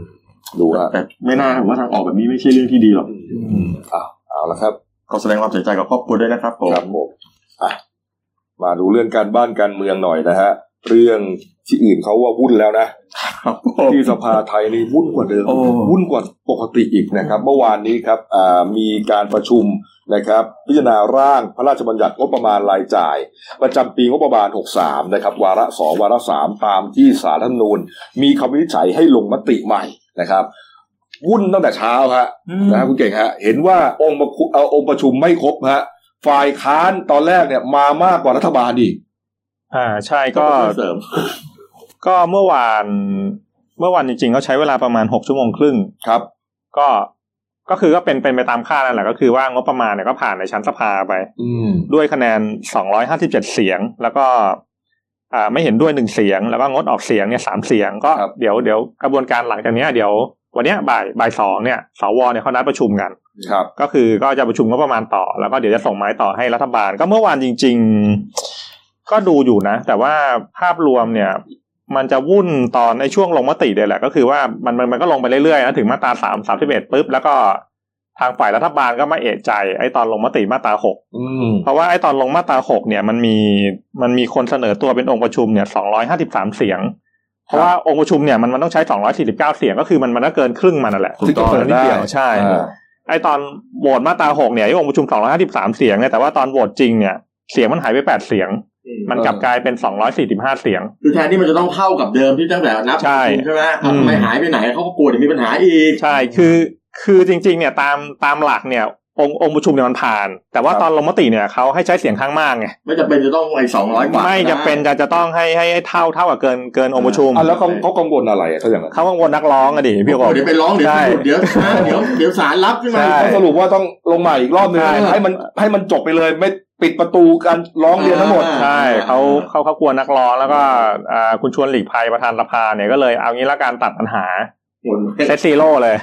ดูฮะ แต่ไม่น่าผมว่าทางออกแบบนี้ไม่ใช่เรื่องที่ดีหรอก อืมอ้าวเอาละครับ ก็แสดงความเสียใจกับครอบครัวด้วยนะครับผม ครับผมอ่ะมาดูเรื่องการบ้านการเมืองหน่อยนะฮะ เรื่องที่อื่นเขาว่าวุ่นแล้วนะ ครับผม ที่สภาไทยนี่วุ่นกว่าเดิม โอ้ วุ่นกว่าปกติอีกนะครับ เมื่อวานนี้ครับอ่ามีการประชุมนะครับ พิจารณาร่างพระราชบัญญัติงบประมาณรายจ่าย ประจำปีงบประมาณ 63 นะครับ วาระ 2 วาระ 3 ตามที่สารรัฐธรรมนูญ มีคำวินิจฉัยให้ลงมติใหม่นะครับ วุ่นตั้งแต่เช้าฮะ นะฮะคุณเก่งฮะเห็นว่าองค์ประคุเอ่อองค์ประชุมไม่ครบฮะฝ่ายค้านตอนแรกเนี่ยมามากกว่ารัฐบาลอีก อ่าใช่ก็ เสริม ก็เมื่อวานเมื่อวานจริงๆก็ใช้เวลาประมาณหกชั่วโมงครึ่ง ครับ ก็ก็คือก็เป็นเป็นไปตามคาดนั่นแหละก็คือว่างบประมาณเนี่ยก็ผ่านในชั้นสภาไป อืม ด้วยคะแนน 257 เสียง แล้วก็อ่าไม่เห็นด้วยหนึ่งเสียง แล้วก็งดออกเสียงเนี่ยสามเสียง ก็เดี๋ยวเดี๋ยวกระบวนการหลังจากเนี้ยเดี๋ยว วันเนี้ยบ่ายบ่ายสองเนี่ยสวเนี่ยเขานัดประชุมกัน ครับ ก็คือก็จะประชุมก็ประมาณต่อ แล้วก็เดี๋ยวจะส่งไม้ต่อให้รัฐบาล ก็เมื่อวานจริง ๆ ก็ดูอยู่นะ แต่ว่าภาพรวมเนี่ย มันจะวุ่นตอนในช่วงลงมติเดียแหละ ก็คือว่ามันมันมันก็ลงไปเรื่อยๆนะถึงมาตราสามสามสิบเอ็ดปุ๊บแล้วก็ทางฝ่ายรัฐบาลก็มาเอะใจไอ้ตอนลงมติมาตราหก อืม เพราะว่าไอ้ตอนลงมาตราหกเนี่ยมันมีมันมีคนเสนอตัวเป็นองค์ประชุมเนี่ยสองร้อยห้าสิบสามเสียง เพราะว่าองค์ประชุมเนี่ยมันมันต้องใช้สองร้อยสี่สิบเก้าเสียงก็คือมันมันก็เกินครึ่งมันนั่นแหละ ซึ่งก็เกิน นิดเดียวใช่ อ่า ไอตอนโหวตมาตราหกเนี่ยไอ้องค์ประชุม 253 เสียงเนี่ยแต่ว่าตอนโหวตจริงเนี่ยเสียงมันหายไป 8 เสียง มันกลับกลายเป็น 245 เสียง คือแทนที่มันจะต้องเท่ากับเดิมที่ตั้งแต่นับ ใช่ ใช่ไหม อืม ทำไมหายไปไหนเขาก็กลัวเดี๋ยวมีปัญหาอีก ใช่คือคือจริงๆเนี่ยตามตามหลักเนี่ยองค์องค์ประชุมเนี่ยมันผ่าน แต่ว่าตอนลงมติเนี่ยเขาให้ใช้เสียงข้างมากไง ไม่จำเป็นจะต้องไอ้สองร้อยกว่า ไม่จะเป็นจะจะต้องให้ให้ให้เท่าเท่ากับเกินเกินองค์ประชุม อ่ะแล้วเขาเขากังวลอะไรอ่ะเขาอย่างนั้น เขากังวลนักร้องอะดิ เดี๋ พี่ ยว กบ เดี๋ยวไปร้องเดี๋ยว ใช่ หยุดเดี๋ยวช้าเดี๋ยวเดี๋ยวสารรับขึ้นมา ใช่ เขาสรุปว่าต้องลงใหม่อีกรอบหนึง ใช่ ให้มันให้มันจบไปเลยไม่ปิดประตูการร้องเรียนทั้งหมด อ่า ใช่เขาเขาเขากลัวนักร้องแล้วก็อ่าคุณชวนหลีกภัยประธานสภาเนี่ยก็เลยเอางี้ละการตัดปัญหา หมด เซตซีโร่เลย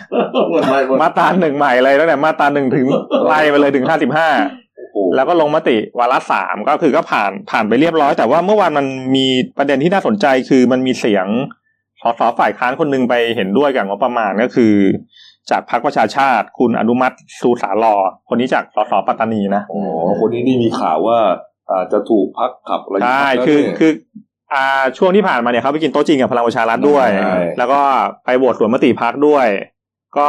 หมดไปหมด มาตราหนึ่งใหม่เลยตั้งแต่มาตราหนึ่งถึง ไล่ไปเลยถึงห้าสิบห้า โอ้โห แล้วก็ลงมติวาระสามก็คือก็ผ่านผ่านไปเรียบร้อย แต่ว่าเมื่อวานมันมีประเด็นที่น่าสนใจคือมันมีเสียงสสฝ่ายค้านคนหนึ่งไปเห็นด้วยกับงบประมาณก็คือ จากพรรคประชาชาติ คุณอนุมัติสูสาลอคนนี้จากสสปัตตานีนะ โอ้โหคนนี้นี่มีข่าวว่าอ่าจะถูกพักขับอะไร ใช่ แล้ว คือ เนี่ย คืออ่าช่วงที่ผ่านมาเนี่ยเขาไปกินโต๊ะจีนกับพลังประชารัฐด้วย ใช่ แล้วก็ไปโหวตสวนมติพักด้วย ก็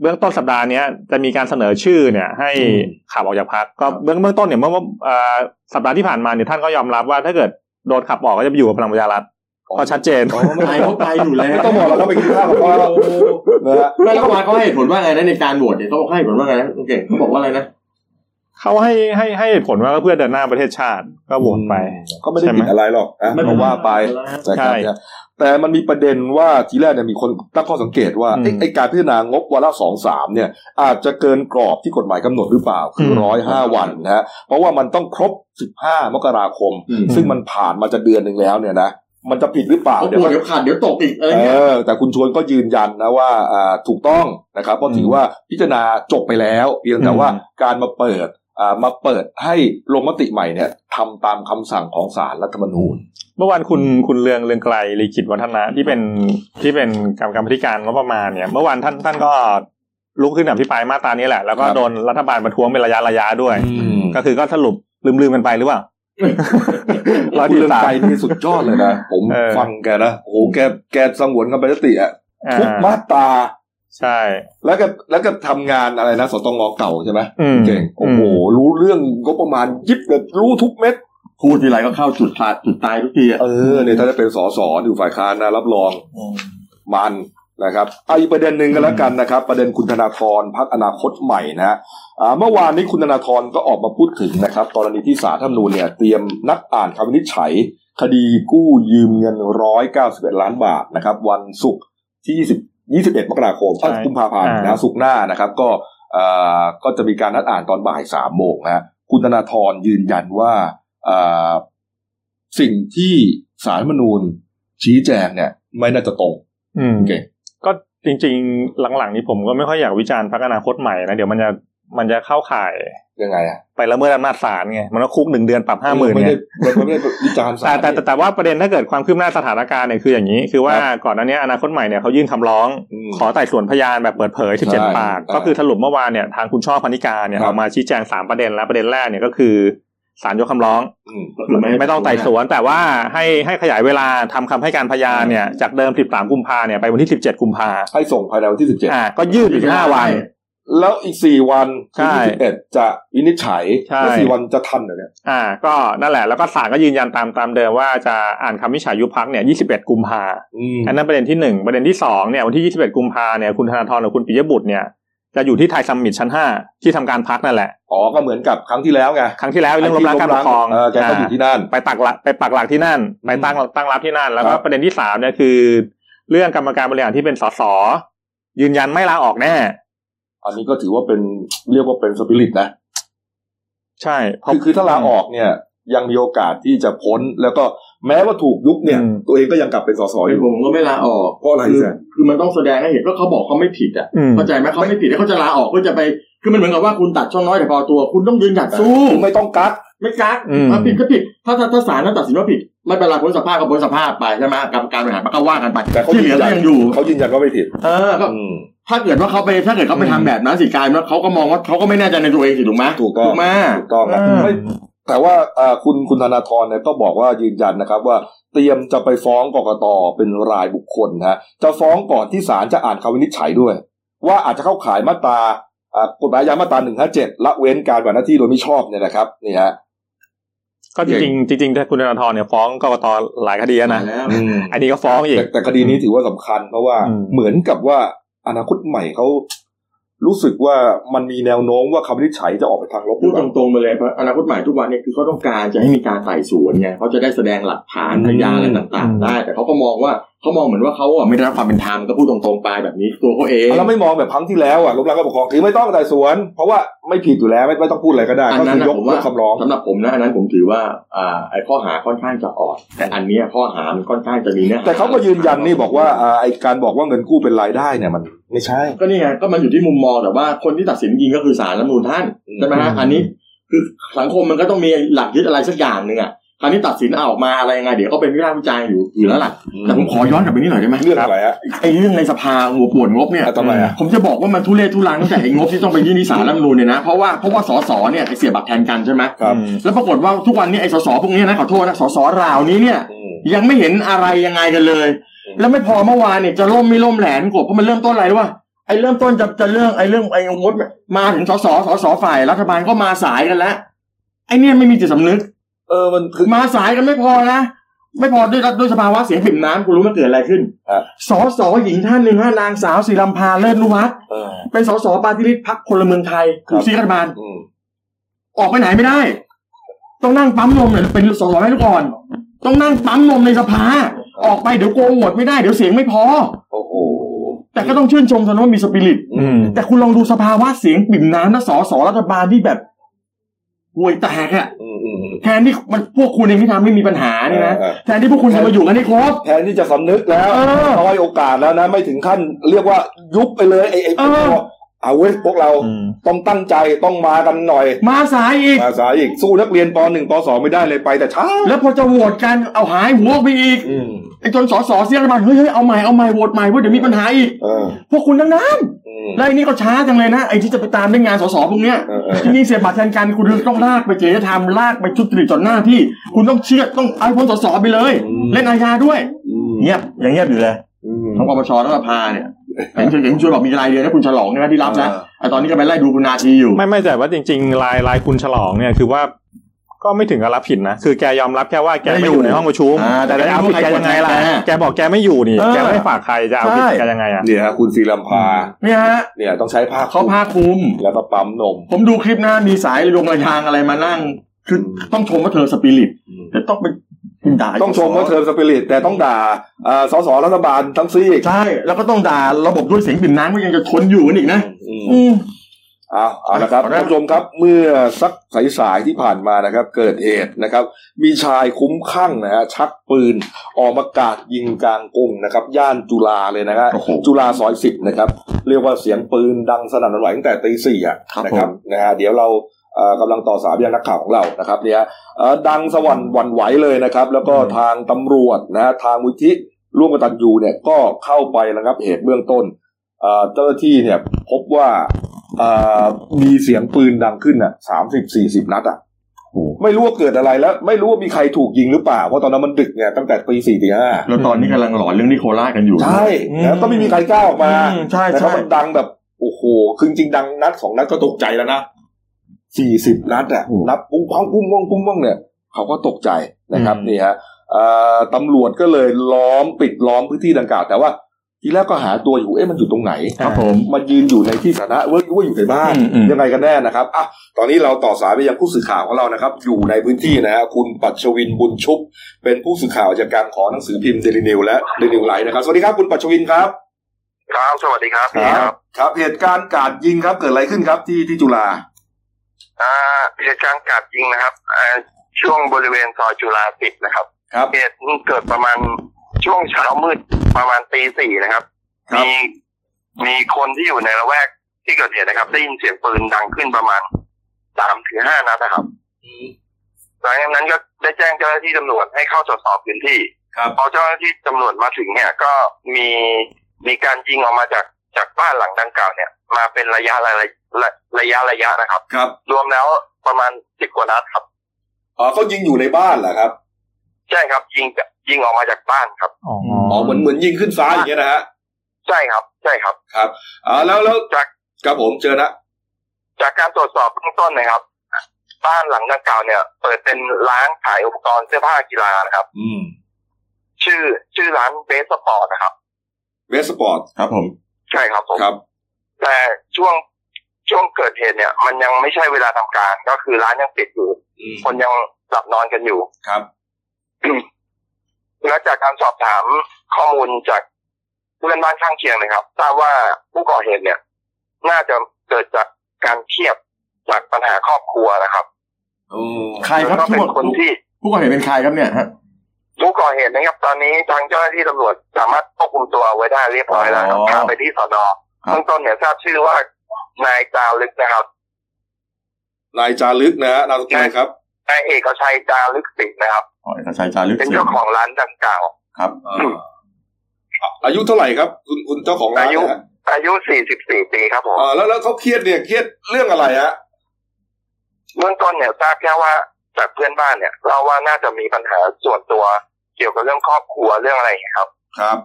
เบื้องต้นสัปดาห์เนี้ยจะมีการเสนอชื่อเนี่ย ให้ อืม ขับออกจากพักก็ ครับ เบื้องเบื้องต้นเนี่ยเมื่อเมื่อเอ่อสัปดาห์ที่ผ่านมาเนี่ยท่านก็ยอมรับว่าถ้าเกิดโดนขับออกก็จะไปอยู่กับพลังประชารัฐก็ชัดเจน อ๋อไม่ ไปเขาไปอยู่แล้ว ไม่ต้องบอกเราเขาไปกินข้าวกับพ่อแล้วนะฮะ ไม่แล้วก็มาเขาให้เหตุผลว่าไงนะในการโหวตเนี่ยเขาให้เหตุผลว่าไงนะโอเคเขาบอกว่าอะไรนะ เขาให้ให้ให้เหตุผลว่าก็เพื่อเดินหน้าประเทศชาติก็โหวตไป ก็ไม่ได้ผิดอะไรหรอกนะ ไม่เป็ เรา นไร ว่าไป นะ ใช่ ครับเนี่ยแต่มันมีประเด็นว่าทีแรกเนี่ยมีคนตั้งข้อสังเกตว่า อืม เอ๊ะไอ้การพิจารณางบวาระสองสามเนี่ยอาจจะเกินกรอบที่กฎหมายกำหนดหรือเปล่า คือ อืม ร้อยห้าวันนะฮะเพราะว่ามันต้องครบสิบห้ามกราคม อืม ซึ่งมันผ่านมาจะเดือนหนึ่งแล้วเนี่ยนะมันจะผิดหรือเปล่า เขาก เดี๋ย ลั ว วเดี๋ยวขาดเดี๋ยวตกอีกอะไร เอ เงี้ย อแต่คุณชวนก็ยืนยันนะว่าอ่าถูกต้องนะครับเพราะถือ ม ว่าพิจารณาจบไปแล้วเพียงแต่ อืม ว่าการมาเปิดอ่ามาเปิดให้ลงมติใหม่เนี่ยทำตามคำสั่งของศาลรัฐธรรมนูญ เมื่อวานคุณคุณเรืองเรืองไกลลีกิจวัฒนะที่เป็นที่เป็นกรรมการบธิการงบประมาณเนี่ยเมื่อวานท่านท่านก็ลุกขึ้นอภิปรายมาตรานี้แหละ แล้วก็ ครับ โดนรัฐบาลประท้วงเป็นระยะระยะด้วย อืม ก็คือก็สรุปลืมลืมๆกันไปหรือเปล่า ร้อยเรืองไกลนี่สุดยอดเลยนะ ผม เออ ฟังแกนะโอ้โหแกแกสงวนกันไปติอ่ะทุกมาตรา ใช่ แล้วก็แล้วก็ทำงานอะไรนะสตงเก่าใช่ไหม อืม เก่งโอ้โห รู้เรื่องก็ประมาณยิบเลยรู้ทุกเม็ด พูดทีไรก็เข้าจุดพลาดจุดตายทุกทีอะ เออเนี่ยถ้าจะเป็นสสอยู่ฝ่ายค้านนะรับรองมันนะครับเอาอีกประเด็นหนึ่งกันแล้วกันนะครับ ประเด็นคุณธนาธรพักอนาคตใหม่นะฮะอ่าเมื่อวานนี้คุณธนาธรก็ออกมาพูดถึงนะครับ กรณีที่สาลรฐธรรมนูญเนี่ยเตรียมนักอ่านคำวินิจฉัย คดีกู้ยืมเงิน 191 ล้านบาทนะครับ วันศุกร์ที่ 20 21 มกราคมเอ้ยกุมภาพันธ์นะศุกร์หน้านะครับ ก็อ่าก็จะมีการนัดอ่านตอนบ่ายสามโมงนะฮะคุณธนาธรยืนยันว่าอ่า สิ่งที่สาลรฐธรรมนูญชี้แจงเนี่ย ไม่น่าจะตรง อืม โอเค ก็จริง ๆ หลังๆนี้ผมก็ไม่ค่อยอยากวิจารณ์พักอนาคตใหม่นะ เดี๋ยวมันจะ มันจะเข้าข่าย ยังไงอ่ะ ไปละเมิดอำนาจศาลไงมันก็คุกหนึ่งเดือนปรับห้าหมื่น ไม่ ไง ได้ไม่ได้วิจารณ์ศา แต่ ล แต่แต่แต่ว่าประเด็นถ้าเกิดความคืบหน้าสถานการณ์เนี่ยคืออย่างนี้ คือว่าก่อนหน้านี้อนาคตใหม่เนี่ยเขายื่นคำร้อง ม ขอไต่สวนพยานแบบเปิดเผย ใช่ 17 ปาก อ่า ก็คือสรุปเมื่อวานเนี่ยทางคุณช่อพนิกาเนี่ย ครับ ออกมาชี้แจง 3 ประเด็นแล้วประเด็นแรกเนี่ยก็คือศาลยกคำร้อง อืม ไม่ต้องไต่สวน แต่ว่าให้ให้ขยายเวลาทำคำให้การพยานเนี่ยจากเดิม 13 กุมภาเนี่ยไปวันที่ 17 กุมภา ให้ส่งภายในวันที่สิบเจ็ด อ่าก็ยืดอีก 5 วัน แล้วอีกสี่วัน ใช่ ที่สิบเอ็ดจะวินิจฉัย ใช่ แล้วสี่วันจะทันเหรอเนี่ย อ่าก็นั่นแหละแล้วก็ศาลก็ยืนยันตามตามเดิมว่าจะอ่านคำวินิจฉัยยุบพักเนี่ย 21 กุมภา อืม อันนั้นประเด็นที่หนึ่งประเด็นที่สองเนี่ยวันที่ 21 กุมภาเนี่ยคุณธนาธรกับคุณปิยบุตรเนี่ยจะอยู่ที่ไทยซัมมิตชั้น 5 ที่ทำการพักนั่นแหละ อ๋อก็เหมือนกับครั้งที่แล้วไง ครั้งที่แล้วเรื่องล้มล้างการปกครอง เออแกก็อยู่ที่นั่น ไปตักหลักไปปักหลักที่นั่นไปตั้งตั้งรับที่นั่น แล้วก็ ครับ ประเด็นที่สามเนี่ยคือ เรื่องกรรมการบริหารที่เป็นสสยืนยันไม่ลาออกแน่ อันนี้ก็ถือว่าเป็นเรียกว่าเป็นสปิริตนะ ใช่เพราะ คือคือถ้าลาออกเนี่ย ยังมีโอกาสที่จะพ้นแล้วก็แม้ว่าถูกยุบเนี่ย อืม ตัวเองก็ยังกลับเป็นสสอ แต่ ยู่ ผมก็ไม่ลาออก เพราะอะไร คื แซน คือมันต้องแสดงให้เห็นก็เขาบอกเขาไม่ผิดอ่ะ อืม เข้าใจไหมเขาไม่ผิดแล้วเขาจะลาออกเพื่อจะไปคือมันเหมือนกับว่าคุณตัดช่องน้อยแต่พอตัว คุณต้องยืนหยัดสู้ ไม่ต้องกัก ไม่กัก อืม ถ้าผิดก็ผิด ถ้าถ้าถ้าศาลนั้นตัดสินว่าผิด ไม่เป็นไรพ้นสภาพก็พ้นสภาพไปใช่ไหมกรรมการบริหารมันก็ว่ากันไป แต่เขา ที่เห ยื ลื น อ ยั ก็ น ยังอยู่ เขายืนยันว่าไม่ผิด เออก็ อืม ถ้าเกิดว่าเขาไปถ้าเกิดเขาไปทำแบบนั้นสิกลายแล้วาเขาก็มองว่าเขาก็ไม่แน่ใจในตัวเองสิถูกไหม ถูกต้อง ไหม ถูกต้องนะ อืม ไม่แต่ว่าเอ่อคุณคุณธนาธรเนี่ยก็บอกว่ายืนยันนะครับ ว่าเตรียมจะไปฟ้องกกตเป็นรายบุคคลนะฮะจะฟ้องก่อนที่ศาลจะอ่านคำวินิจฉัยด้วย ว่าอาจจะเข้าข่ายมาตราอ่ากฎหมายอาญามาตราหนึ่งห้าเจ็ดละเว้นการปฏิบัติหน้าที่โดยมิชอบเนี่ยนะครับนี่ฮะ ก็จริงๆจริงๆถ้าคุณธนาธรเนี่ยฟ้องกกตหลายคดีแล้วนะอันนี้ก็ฟ้องอีก แต่แต่คดีนี้ถือว่าสำคัญเพราะว่า อืม เหมือนกับว่าอนาคตใหม่เขารู้สึกว่ามันมีแนวโน้มว่าคำวินิจฉัยจะออกไปทางลบห พู รื ด อเป ต ล่า รงๆไปเลยเพราะอนาคตใหม่ทุกวันเนี่ยคือเขาต้องการจะให้มีการไต่สวนไงเขาจะได้แสดงหลักฐาน อืม พยานอะไรต่างๆ ได้ แต่เขาก็มองว่าเขามองเหมือนว่าเขาอ่ะไม่ได้รับความเป็นธรรมก็พูดตรงๆไปแบบนี้ตัวเขาเอง อ่ะแล้วไม่มองแบบครั้งที่แล้วอ่ะล้มล้างการปกครองคือไม่ต้องไต่สวน เพราะว่าไม่ผิดอยู่แล้วไม่ไม่ต้องพูดอะไรก็ได้ อั ก็ นนั้ คื น อ นะ ยก ผม ย ว่าก คำร้อง สำหรับผมนะอันนั้นผมถือว่าอ่าไอ้ข้อหาค่อนข้างจะอ่อนแต่อันเนี้ยข้อหามันค่อนข้างจะมีเนื้อห แต่เขาก็ยืนยันนี่บอกว่าอ่าไอการบอกว่าเงินกู้เป็นรายได้เนี่ยมันไม่ใช่ ก็นี่ไงก็มันอยู่ที่มุมมองแต่ว่าคนที่ตัดสินจริงก็คือศาลรัฐธรรมนูลท่านใช่ไหมฮะ อืม อันนี้คือสังคมมันก็ต้องมีหลักยึดอะไรสักอย่างหนึ่งอ่ะคราวนี้ตัดสินเอาออกมาอะไรยังไงเดี๋ยวก็เป็นวิพากษ์วิจารณ์อยู่อยู่แล้วล่ะ แต่ผมขอย้อนกลับไปนิดหน่อยได้ไหม เรื่องอะไรฮะ ไอ้เรื่องในสภาหัวปวดงบเนี่ย อ่ะทำไมอ่ะ ผมจะบอกว่ามันทุเรศทุรังตั้งแต่ไอ้งบที่ต้องไปยื่นที่ศาลรัฐธรรมนูญเนี่ยนะเพราะว่าเพราะว่าสสเนี่ยไอ้เสียบัตรแทนกันใช่ไหม ครับ อืม แล้วปรากฏว่าทุกวันนี้ไอ้สสพวกนี้นะขอโทษนะสสราวนี้เนี่ย อืม ยังไม่เห็นอะไรยังไงกันเลย อืม แล้วไม่พอเมื่อวานเนี่ยจะล่มไม่ล่มแหลนกบเพราะมันเริ่มต้นอะไรรู้ป่ะไอ้เริ่มต้นจะจะเรื่องไอ้เรื่องไอ้งบเนี่ยมาถึงสสสสฝ่ายรัฐบาลก็มาสายกันแล้วไอ้เนี่ยไม่มีจิตสำนึก เออมันคือ มาสายกันไม่พอนะ ไม่พอด้วยด้วยสภาวะเสียงปริ่มน้ำคุณรู้มันเกิดอะไรขึ้น อ่ะ สอสอหญิงท่านหนึ่งฮะนางสาวศิรัมพาเลิศนุวัฒน์ เออ เป็นสอสอปาร์ติลิสต์พักพลเมืองไทย ครับ ถูกซีกรัฐบาล อืม ออกไปไหนไม่ได้ ต้องนั่งปั๊มนมเนี่ยเป็นสอสอให้ทุกคนต้องนั่งปั๊มนมในสภา ออกไปเดี๋ยวโกงโหวตไม่ได้เดี๋ยวเสียงไม่พอ โอ้โห แต่ก็ต้องชื่นชมสนว่ามีสปิริต อืม แต่คุณลองดูสภาวะเสียงปริ่มน้ำและสอสอรัฐบาลที่แบบห่วยแตกอะ อืมอืมอืม แทนที่มันพวกคุณเองที่ทำให้มีปัญหาเนี่ยนะ อ่า แทนที่พวกคุณจะมาอยู่กันให้ครบ แทนที่จะสำนึกแล้ว เออ น้อยโอกาสแล้วนะ ไม่ถึงขั้นเรียกว่ายุบไปเลยไอ้ไอ้พวก เออ เอาเว้ยพวกเรา อืม ต้องตั้งใจต้องมากันหน่อย มาสายอีก มาสายอีกสู้นักเรียนปหนึ่งปสองไม่ได้เลยไปแต่เช้า แล้วพอจะโหวตกันเอาหายหัวไปอีก อืม ไอ้จนสสเสียรัฐบาลเฮ้ยเฮ้ยเอาใหม่เอาใหม่โหวตใหม่เว้ยเดี๋ยวมีปัญหาอีก เออ พวกคุณทั้งนั้น อืม แล้วไอ้นี่ก็ช้าจังเลยนะไอ้ที่จะไปตามเรื่องงานสสพวกเนี้ย เออเออ จริงๆเสียบัตรแทนการคุณต้องลากไปเจรจาลากไปชุดตรีจนหน้าที่ คุณต้องเชื่อดต้องเอาพ้นสสไปเลย เล่นอาญาด้วย อืม เงียบอย่างเงียบอยู่เลย อืม ทั้งปปชและสภาเนี่ยเห็นเห็นชวนบอกมีรายเดือนนะคุณฉลองนะที่รับนะ เออ ไอ้ตอนนี้ก็ไปไล่ดูคุณนาทีอยู่ ไม่ไม่แต่ว่าจริงๆลายลายคุณฉลองเนี่ยคือว่าก็ไม่ถึงกับรับผิดนะ คือแกยอมรับแค่ว่าแก ไม่ ไม่ อยู่ อยู่ในห้องประชุม อ่าแต่ไม่แต่จะเอา รู้ ผิด ใคร แกยังไงล่ะ กดแก แกบอกแกไม่อยู่นี่ เออ แกไม่ฝากใครจะเอาผิด ใช่ แกยังไงอ่ะ เนี่ยฮะคุณศิลำพา เนี่ยฮะ เนี่ยต้องใช้ผ้า เขาพาคลุม แล้วก็ปั๊มนม ผมดูคลิปนะมีสายลงรายทางอะไรมานั่ง คือ อืม ต้องชมว่าเธอสปิริตแต่ต้องเป็นคุณด่า ต้องชมว่าเธอสปิริตแต่ต้องด่าเอ่อสสรัฐบาลทั้งซีก ใช่ แล้วก็ต้องด่าระบบด้วยเสียงปิ่นน้ำก็ยังจะทนอยู่กันอีกนะ อืม อืม เอาเอานะครับ ขอได้ ท่านผู้ชมครับเมื่อสักสายๆที่ผ่านมานะครับ เกิดเหตุนะครับ มีชายคุ้มข้างนะฮะชักปืนออกมากราดยิงกลางกรุงนะครับ ย่านจุฬาเลยนะครับ โอ้โห จุฬาซอยสิบนะครับ เรียกว่าเสียงปืนดังสนั่นหวั่นไหวตั้งแต่ตีสี่อ่ะ ครับ นะ ผม นะฮะเดี๋ยวเราเอ่อกำลังต่อสายไปยังนักข่าวของเรานะครับเนี่ยเอ่อดังสวรรค์หวั่นไหวเลยนะครับ แล้วก็ทางตำรวจนะฮะทางมูลที่ร่วมกตันยูเนี่ยก็เข้าไประงับเหตุเบื้องต้นเอ่อเจ้าหน้าที่เนี่ยพบว่าเอ่อมีเสียงปืนดังขึ้นอ่ะสามสิบสี่สิบนัดอ่ะ โอ้ ไม่รู้ว่าเกิดอะไรแล้ว ไม่รู้ว่ามีใครถูกยิงหรือเปล่า เพราะตอนนั้นมันดึกไงตั้งแต่ตีสี่ตีห้า แล้วตอนนี้กำลังหลอนเรื่องที่โคราชกันอยู่ ใช่ อื แล้วก็ไม่มีใครกล้าออกมา อืมใช่ แต่ถ้า ใช่ มันดังแบบโอ้โหคือจริงๆดังนัดสองนัดก็ตกใจแล้วนะสี่สิบนัดอะ โอ้โห นับปุ้งปังปุ้งปังปุ้งปังเนี่ยเขาก็ตกใจนะครับ อืม นี่ฮะเอ่อตำรวจก็เลยล้อมปิดล้อมพื้นที่ดังกล่าวแต่ว่า ทีแรกก็หาตัวอยู่เอ๊ะมันอยู่ตรงไหน ครับผม มายืนอยู่ในที่สาธารณะเว้ยว่าอยู่ในบ้าน อืมอืม ยังไงกันแน่นะครับอ่ะตอนนี้เราต่อสายไปยังผู้สื่อข่าวของเรานะครับ อยู่ในพื้นที่นะฮะคุณปัชวินบุญชุบ เป็นผู้สื่อข่าวจากการขอหนังสือพิมพ์เดลินิวและเดลินิวไลน์นะครับสวัสดีครับคุณปัชวินครับ ครับ สวัสดีครับพี่ครับ ครับเหตุการณ์กราดยิงครับเกิดอะไรขึ้นครับที่ที่จุฬา อ่าเหตุการณ์กราดยิงนะครับอ่าช่วงบริเวณซอยจุฬาสิบนะครับ ครับ เหตุเกิดประมาณช่วงเช้ามืดประมาณตีสี่นะครับ ครับ มีมีคนที่อยู่ในละแวกที่เกิดเหตุนะครับ ได้ยินเสียงปืนดังขึ้นประมาณสามถึงห้านัดนะครับหลังจากนั้นก็ได้แจ้งเจ้าหน้าที่ตำรวจให้เข้าตรวจสอบพื้นที่ ครับ พอเจ้าหน้าที่ตำรวจมาถึงเนี่ยก็มีมีการยิงออกมาจากจากบ้านหลังดังกล่าวเนี่ย มาเป็นระยะระยะระยะระยะนะครับ ครับ รวมแล้วประมาณสิบกว่านัดครับ อ๋อเขายิงอยู่ในบ้านเหรอครับ ใช่ครับ ยิงจากยิงออกมาจากบ้านครับ อ๋อ อ๋อเหมือนเหมือนยิงขึ้นฟ้าอย่างเงี้ยนะฮะ ใช่ครับ ใช่ครับ อ๋อแล้วแล้ว จาก ครับผมเจอนะ จากการตรวจสอบเบื้องต้นนะครับ บ้านหลังดังกล่าวเนี่ย เปิดเป็นร้านขายอุปกรณ์เสื้อผ้ากีฬานะครับ อืม ชื่อชื่อร้านเบสสปอร์ตนะครับ เวสปอร์ต ครับผม ใช่ครับผม ครับ แต่ช่วงช่วงเกิดเหตุเนี่ย มันยังไม่ใช่เวลาทำการ ก็คือร้านยังปิดอยู่ อืม คนยังหลับนอนกันอยู่ ครับ และจากการสอบถามข้อมูลจากเพื่อนบ้านข้างเคียงนะครับทราบว่าผู้ก่อเหตุเนี่ย น่าจะเกิดจากการเครียดจากปัญหาครอบครัวนะครับ อืม ใครค แล้ รับ วก็เป็นคนที่ ผู้ก่อเหตุเป็นใครครับเนี่ยฮะ ผู้ก่อเหตุนะครับ ตอนนี้ทางเจ้าหน้าที่ตำรวจสามารถควบคุมตัวไว้ได้เรียบร้อยแล้วครับพาไปที่สอนอเบื้องต้นเนี่ยทราบชื่อว่านายจารึกนะครับ นายจารึกนะฮะนามสกุลครับ นายเอกชัยจารึกสิงห์นะครับ อ๋อเอกชัยจารึก เป็น สิง เจ้า ห์ ของร้านดังกล่าว อ่าอายุเท่าไหร่ครับ คุณคุณเจ้าของร้าน อายุ นะฮะ อายุ 44 ปีครับผม อ่าแล้วแล้วเขาเครียดเนี่ยเครียดเรื่องอะไรฮะ เบื้องต้นเนี่ยทราบแค่ว่าจากเพื่อนบ้านเนี่ยเราว่าน่าจะมีปัญหาส่วนตัวเกี่ยวกับเรื่องครอบครัวเรื่องอะไรอย่างเงี้ยครับ ครับ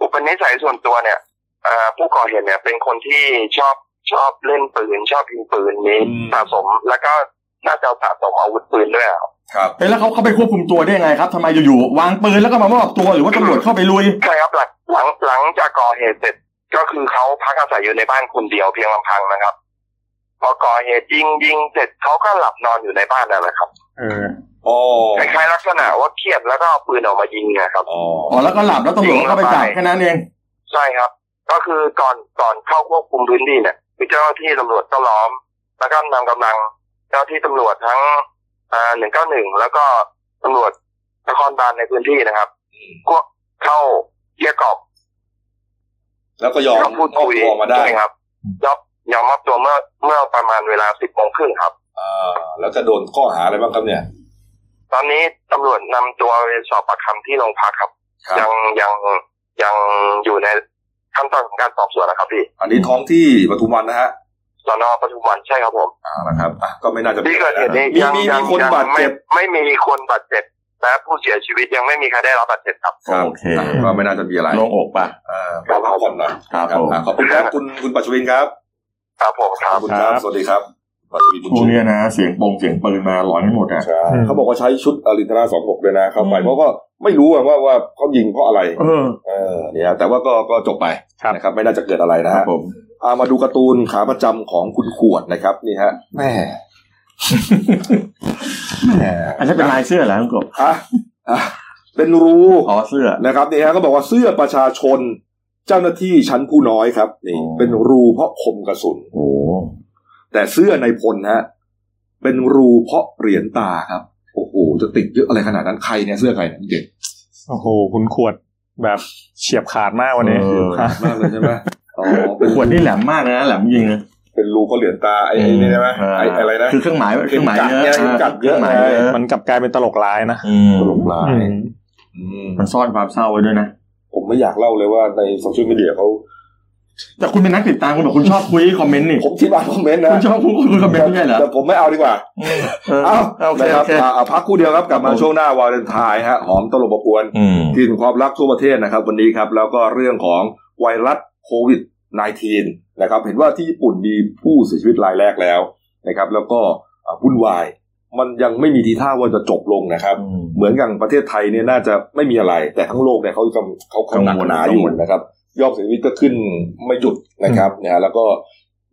อุปนิสัยส่วนตัวเนี่ยเอ่อผู้ก่อเหตุเนี่ยเป็นคนที่ชอบชอบเล่นปืน ชอบยิงปืนมีสะสม แล้วก็น่าจะสะสมอาวุธปืนด้วยอะครับ ครับ เอ้ยแล้วเขาเขาไปควบคุมตัวได้ยังไงครับทำไมอยู่ๆวางปืนแล้วก็มามอบตัวหรือว่าตำรวจเข้าไปลุย ใช่ครับหลังหลังหลังจากก่อเหตุเสร็จก็คือเขาพักอาศัยอยู่ในบ้านคนเดียวเพียงลำพังนะครับ พอก่อเหตุยิงยิงเสร็จเขาก็หลับนอนอยู่ในบ้านนั่นแหละครับ เออ อ๋อ คล้ายๆลักษณะว่าเครียดแล้วก็เอาปืนออกมายิงนะครับ อ๋อ อ๋อแล้วก็หลับแล้วตำรวจก็เข้าไปจับแค่นั้นเอง ใช่ครับ ก็คือก่อนก่อนเข้าควบคุมพื้นที่เนี่ยมีเจ้าหน้าที่ตำรวจก็ล้อม แล้วก็นำกำลังเจ้าหน้าที่ตำรวจทั้งหนึ่งเก้าหนึ่งแล้วก็ตำรวจนครบาลในพื้นที่นะครับก็เข้าเกลี้ยกล่อม แล้วก็ยอม ก็พูดคุย ออกมาได้ ใช่ครับยอมยอมมอบตัวเมื่อเมื่อประมาณเวลาสิบโมงครึ่งครับ อ่าแล้วจะโดนข้อหาอะไรบ้างครับเนี่ย ตอนนี้ตำรวจนำตัวไปสอบปากคำที่โรงพักครับ ครับ ยังยังยังอยู่ในขั้นตอนของการสอบสวนนะครับพี่ อันนี้ท้องที่ปทุมวันนะฮะ สอนอปทุมวันใช่ครับผม อ่านะครับอ่ะก็ไม่น่าจะ ที่เกิดเหตุนี้ มี ยัง มี ยั มี ง คน ยัง บาด ไม่ เจ็บ ไม่มีคนบาดเจ็บและผู้เสียชีวิตยังไม่มีใครได้รับบาดเจ็บครับ ครับ โอเค อ่ะก็ไม่น่าจะมีอะไร โลงอกปะ อ่าขอพักผ่อนหน่อย ครับผม อ่ะขอบคุณครับคุณคุณปัชวินครับ ครับผมค ข รั อบ บคุณครับ ครับ สวัสดีครับปัชวินบุญ ช่วง ชู เนี้ยนะ เสียงปงเสียงปืนมาหลอนให้หมดอ่ะ ใช่ อืม เขาบอกว่าใช้ชุดอรินทราสองหกเลยนะเข้าไปเพราะก็ไม่รู้อะว่าว่าเขายิงเพราะอะไร เออ เออเนี่ยแต่ว่าก็ก็จบไป ครับ นะครับ ไม่น่าจะเกิดอะไรนะ ครั ฮะ บผม เอามาดูการ์ตูนขาประจำของคุณขวดนะครับนี่ฮะแม่แม่ อันนี้เป็นลายเสื้อเหรอคุณกบ อ่ะอ่ะเป็นรู อ๋อเสื้อ นะครับนี่ฮะก็บอกว่าเสื้อประชาชน เจ้าหน้าที่ชั้นผู้น้อยครับนี่ อ๋อ เป็นรูเพราะคมกระสุน โอ้ แต่เสื้อในพลฮะเป็นรูเพราะเหรียญตาครับโอ้โหจะติดเยอะอะไรขนาดนั้นใครเนี่ยเสื้อใครเนี่ยเด็ก โอ้โห คุณขวดแบบเฉียบขาดมากวันนี้ เออ มากเลยใช่ไหม อ๋อเป็น ขวดนี่แหลมมากนะแหลมยิงนะ เป็นรูเขาเหลือนตาไอ้ไอ้นี่ใช่ไหมไอ้อะไรนะ คือเครื่องหมายเครื่องหมายเยอะ เข็มกัดเยอะ ครื่องหมายเยอะ มันกลับกลายเป็นตลกร้ายนะ อืม ตลกร้าย อืม อืม มันซ่อนความเศร้าไว้ด้วยนะ ผมไม่อยากเล่าเลยว่าในโซเชียลมีเดียเขา แต่คุณเป็นนักติดตามคุณบอกคุณชอบคุยคอมเมนต์นี่ ผมที่บ้านคอมเมนต์นะ คุณชอบคุยคุณคอมเมนต์ไม่ใช่เหรอ แต่ผมไม่เอาดีกว่า เอา เอ้า โอเค นะครัโอบ เค อ่าเอาพักครู่เดียวครับกลับมา โอเค ช่วงหน้าวาเลนไทน์ฮะหอมตลบอบอวน อืม กลิ่นความรักทั่วประเทศนะครับ วันนี้ครับ แล้วก็เรื่องของไวรัสโควิด -19 นะครับ เห็นว่าที่ญี่ปุ่นมีผู้เสียชีวิตรายแรกแล้วนะครับ แล้วก็อ่าวุ่นวาย มันยังไม่มีทีท่าว่าจะจบลงนะครับ เหมือนกับประเทศไทยเนี่ยน่าจะไม่มีอะไร แต่ทั้งโลกเนี่ยเขากำเขา กังกำวลหนักหนาอยู่ กังวล นะครับ ยอดเสียชีวิตก็ขึ้นไม่หยุดนะครับนะฮะแล้วก็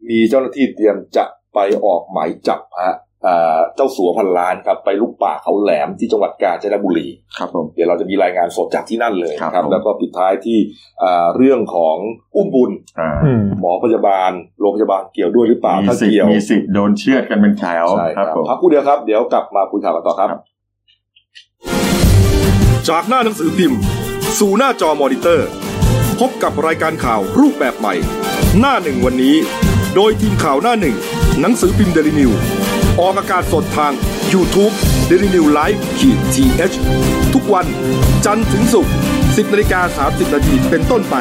มีเจ้าหน้าที่เตรียมจะไปออกหมายจับฮะอ่าเจ้าสัวพันล้านครับ ไปลุกป่าเขาแหลมที่จังหวัดกาญจนบุรี ครับผม เดี๋ยวเราจะมีรายงานสดจากที่นั่นเลย ครับ นะครับ ผม แล้วก็ปิดท้ายที่อ่าเรื่องของอุ้มบุญ อ่า อืม หมอพยาบาลโรงพยาบาลเกี่ยวด้วยหรือเปล่า มี ถ้า สิท เกี่ย ธิ์ ว มีสิทธิ์โดนเชือดกันเป็นแถว ใช่ ค ค รั รั บบ ผม พักครู่เดียวครับเดี๋ยวกลับมาคุยข่าวกันต่อครับ ครับ จากหน้าหนังสือพิมพ์ สู่หน้าจอมอนิเตอร์ พบกับรายการข่าวรูปแบบใหม่ หน้าหนึ่งวันนี้ โดยทีมข่าวหน้าหนึ่ง หนังสือพิมพ์เดลิวิวออกอากาศสดทาง y o u t u เดลิวิวไลฟ์ขีดทีเทุกวันจันทร์ถึงศุกร์10นาฬิกา30นาทีเป็นต้นไป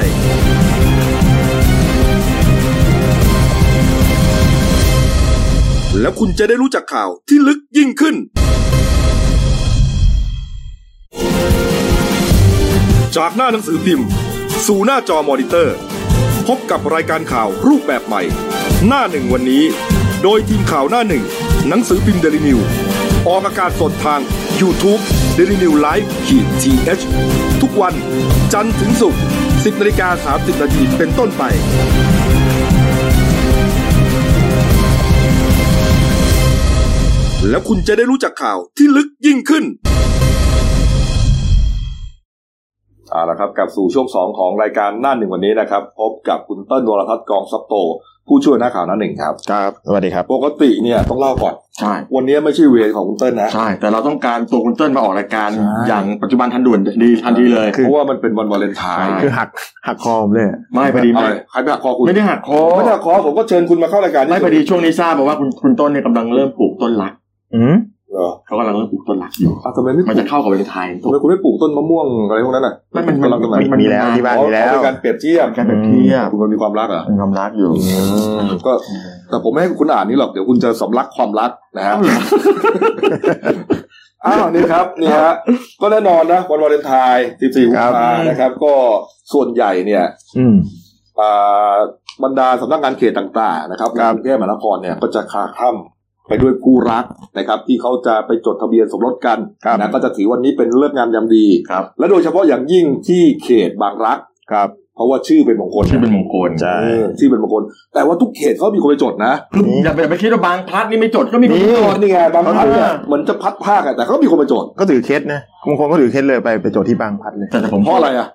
แล้วคุณจะได้รู้จักข่าวที่ลึกยิ่งขึ้น จากหน้าหนังสือพิมพ์ สู่หน้าจอมอนิเตอร์ พบกับรายการข่าวรูปแบบใหม่ หน้าหนึ่งวันนี้ โดยทีมข่าวหน้าหนึ่ง หนังสือพิมพ์เดลิวิวออกอากาศสดทาง y o u t u เดลิวิวไลฟ์ขีดทีเทุกวันจันทร์ถึงศุกร์10นาฬิกา30นาทีเป็นต้นไป แล้วคุณจะได้รู้จักข่าวที่ลึกยิ่งขึ้น เอาละครับกลับสู่ช่วงสองของรายการหน้าหนึ่งวันนี้นะครับ พบกับคุณเติ้ลวรทัศน์กองซับโต ผู้ช่วยหน้าข่าวหน้าหนึ่งครับ ครับสวัสดีครับ ปกติเนี่ยต้องเล่าก่อน ใช่ วันนี้ไม่ใช่เวรของคุณเติ้ลนะ ใช่ แต่เราต้องการตัวคุณเติ้ลมาออกรายการ ใช่ อย่างปัจจุบันทันด่วนดีทันทีเลย เพราะว่ามันเป็นวันวาเลนไทน์ คือหักหักคอผมเลย ไม่พอดี เอา ไม่ เลยใครไปหักคอคุณ ไม่ได้หักคอ ไม่ได้หักคอผมก็เชิญคุณมาเข้ารายการนี่ ไม่พอดีช่วงนี้ทราบมาว่าคุณคุณต้นเนี่ยกำลังเริ่มปลูกต้นรัก อืม เหรอ เขากำลังเริ่มปลูกต้นรักอยู่ อ่ะทำไมไม่ป มัน ลู จะ ก เข้ากับวันไทย ทำไมคุณไม่ปลูกต้นมะม่วงอะไรพวกนั้นน่ะ ไม่มันมัน กำลังทำไม น มีแล้วที่บ้าน อ๋อ มีแล้ว เป็นการเปรียบเทียบ การแบบเทียบ คุณมันมีความรักเหรอ่ะ เป็นความรักอยู่ ก็แต่ผมไม่ให้คุณอ่านนี่หรอกเดี๋ยวคุณจะสำลักความรักนะฮะ เอาเหรอ อ้าวนี่ครับนี่ฮะก็แน่นอนนะวันวาเลนไทน์14กุม ครับ ภานะครับ ก็ส่วนใหญ่เนี่ย อืม อ่าบรรดาสำนักงานเขตต่างๆนะครับในกรุงเทพมหานครเนี่ยก็จะคลาคล่ำไปด้วยคู่รักนะครับ ที่เขาจะไปจดทะเบียนสมรสกัน ครับ นะก็จะถือวันนี้เป็นเลิกษ์งามยามดี ครับ และโดยเฉพาะอย่างยิ่งที่เขตบางรัก ครับ เพราะว่าชื่อเป็นมงคล ชื่อเป็นมงคล ใช่ เออชื่อเป็นมงคล แต่ว่าทุกเขตเขามีคนไปจดนะ คืออย่าไปอย่าไปคิดว่าบางพลัดนี่ไม่จดก็มีคนจด นี่ไงบางพัดเนี่ อ่า ยเหมือนจะพัดภาคอะแต่เขาก็มีคนไปจด ก็ถือเคสนะบางคนก็ถือเคสเลยไปไปโจทย์ที่บางพัดเลย แต่แต่ผม เพราะอะไรอะ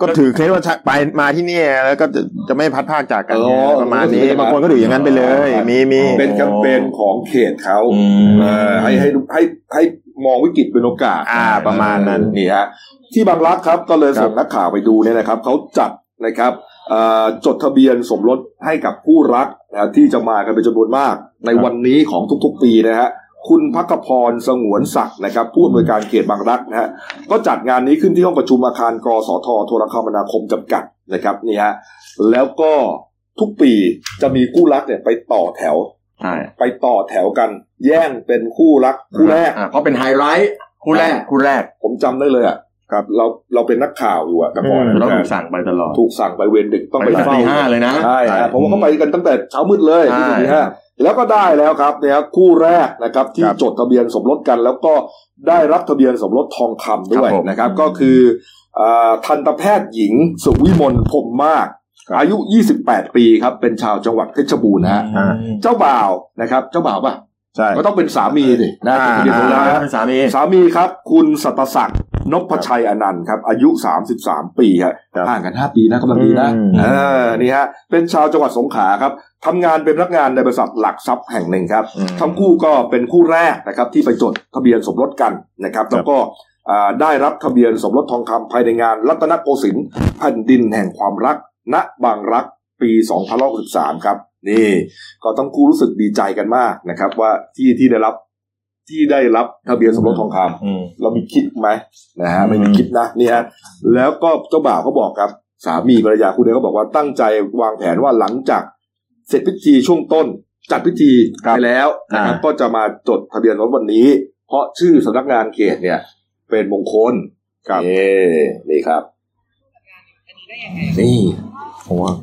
ก็ถือเคสว่าจะไปมาที่เนี่ยแล้วก็จะจะไม่พัดภาคจากกัน อ๋อ เนี่ยประมาณนี้ ก็ถือ างคนก็ถืออย่างนั้นไปเลย อ๋อ มีมี เป็นแคมเปญของเขตเขา อืม เออให้ให้ให้ให้มองวิกฤตเป็นโอกาส อ่าประมาณนั้น นี่ฮะที่บางรักครับก็เลยส่งนักข่าวไปดูเนี่ยนะครับเขาจัดนะครับเอ่อจดทะเบียนสมรสให้กับคู่รักนะที่จะมากันเป็นจำนวนมาก ในวันนี้ของทุกๆปีนะฮะคุณพักขพรสงวนศักดิ์นะครับผู้อำนวยการเขตบางรักนะฮะก็จัดงานนี้ขึ้นที่ห้องประชุมอาคารกสทโทรคมนาคมจำกัดนะครับนี่ฮะแล้วก็ทุกปีจะมีคู่รักเนี่ยไปต่อแถว ใช่ ไปต่อแถวกัน แย่งเป็นคู่รักคู่แรก อ่าเพราะเป็นไฮไลท์คู่แรกคู่แรก ผมจำได้เลยอ่ะครับ เราเราเป็นนักข่าวอยู่อ่ะแต่ก่อน เรา นะ ถูกสั่งไปตลอด ถูกสั่งไปเวรดึกต้องไป ตั้งแต่ เฝ้า ตีห้าเลยนะ ใช่ฮะผมว่าเขาไปกันตั้งแต่เช้ามืดเลย ใช่ ที่ตีห้าแล้วก็ได้แล้วครับเนี่ยครับคู่แรกนะครับ ที่ ครับ จดทะเบียนสมรสกัน แล้วก็ได้รับทะเบียนสมรสทองคำด้วย ครับผม นะครับ ก็คืออ่าทันตแพทย์หญิงสุวิมลพรหมมาก อายุ 28 ปีครับ เป็นชาวจังหวัดเพชรบูรณ์นะฮะ อ่า เจ้าบ่าวนะครับ เจ้าบ่าวป่ะ ใช่ ก็ต้องเป็นสามีสินะ อ่า เป็นคนเดียวนะ เป็นสามี สามีครับ คุณสัตศักดิ์นพชัยอนันต์ครับ อายุ 33 ปีครับ ครับ ห่างกัน 5 ปีนะกำลังดีนะ อืม เออนี่ฮะ เป็นชาวจังหวัดสงขลาครับทำงานเป็นพนักงานในบริษัทหลักทรัพย์แห่งหนึ่งครับ ทั้งคู่ก็เป็นคู่แรกนะครับ ที่ไปจดทะเบียนสมรสกันนะครับ แล้วก็อ่าได้รับทะเบียนสมรสทองคำภายในงาน รัตนโกสินทร์แผ่นดินแห่งความรัก ณบางรัก ปี2563ครับ นี่ ก็ต้องคู่รู้สึกดีใจกันมากนะครับ ว่าที่ที่ได้รับที่ได้รับทะเบียนสมรสทองคำ อืม เรามีคลิปไหมนะฮะ อืม ไม่มีคลิปนะนี่ฮะแล้วก็เจ้าบ่าวเขาบอกครับ สามีภรรยาคู่นี้เขาบอกว่าตั้งใจวางแผนว่าหลังจากเสร็จพิธีช่วงต้น จัดพิธีไปแล้วนะครับก็จะมาจดทะเบียนรถวันนี้ เพราะชื่อสำนักงานเขตเนี่ย เป็นมงคลครับนี่ครับนี่ ผมว่า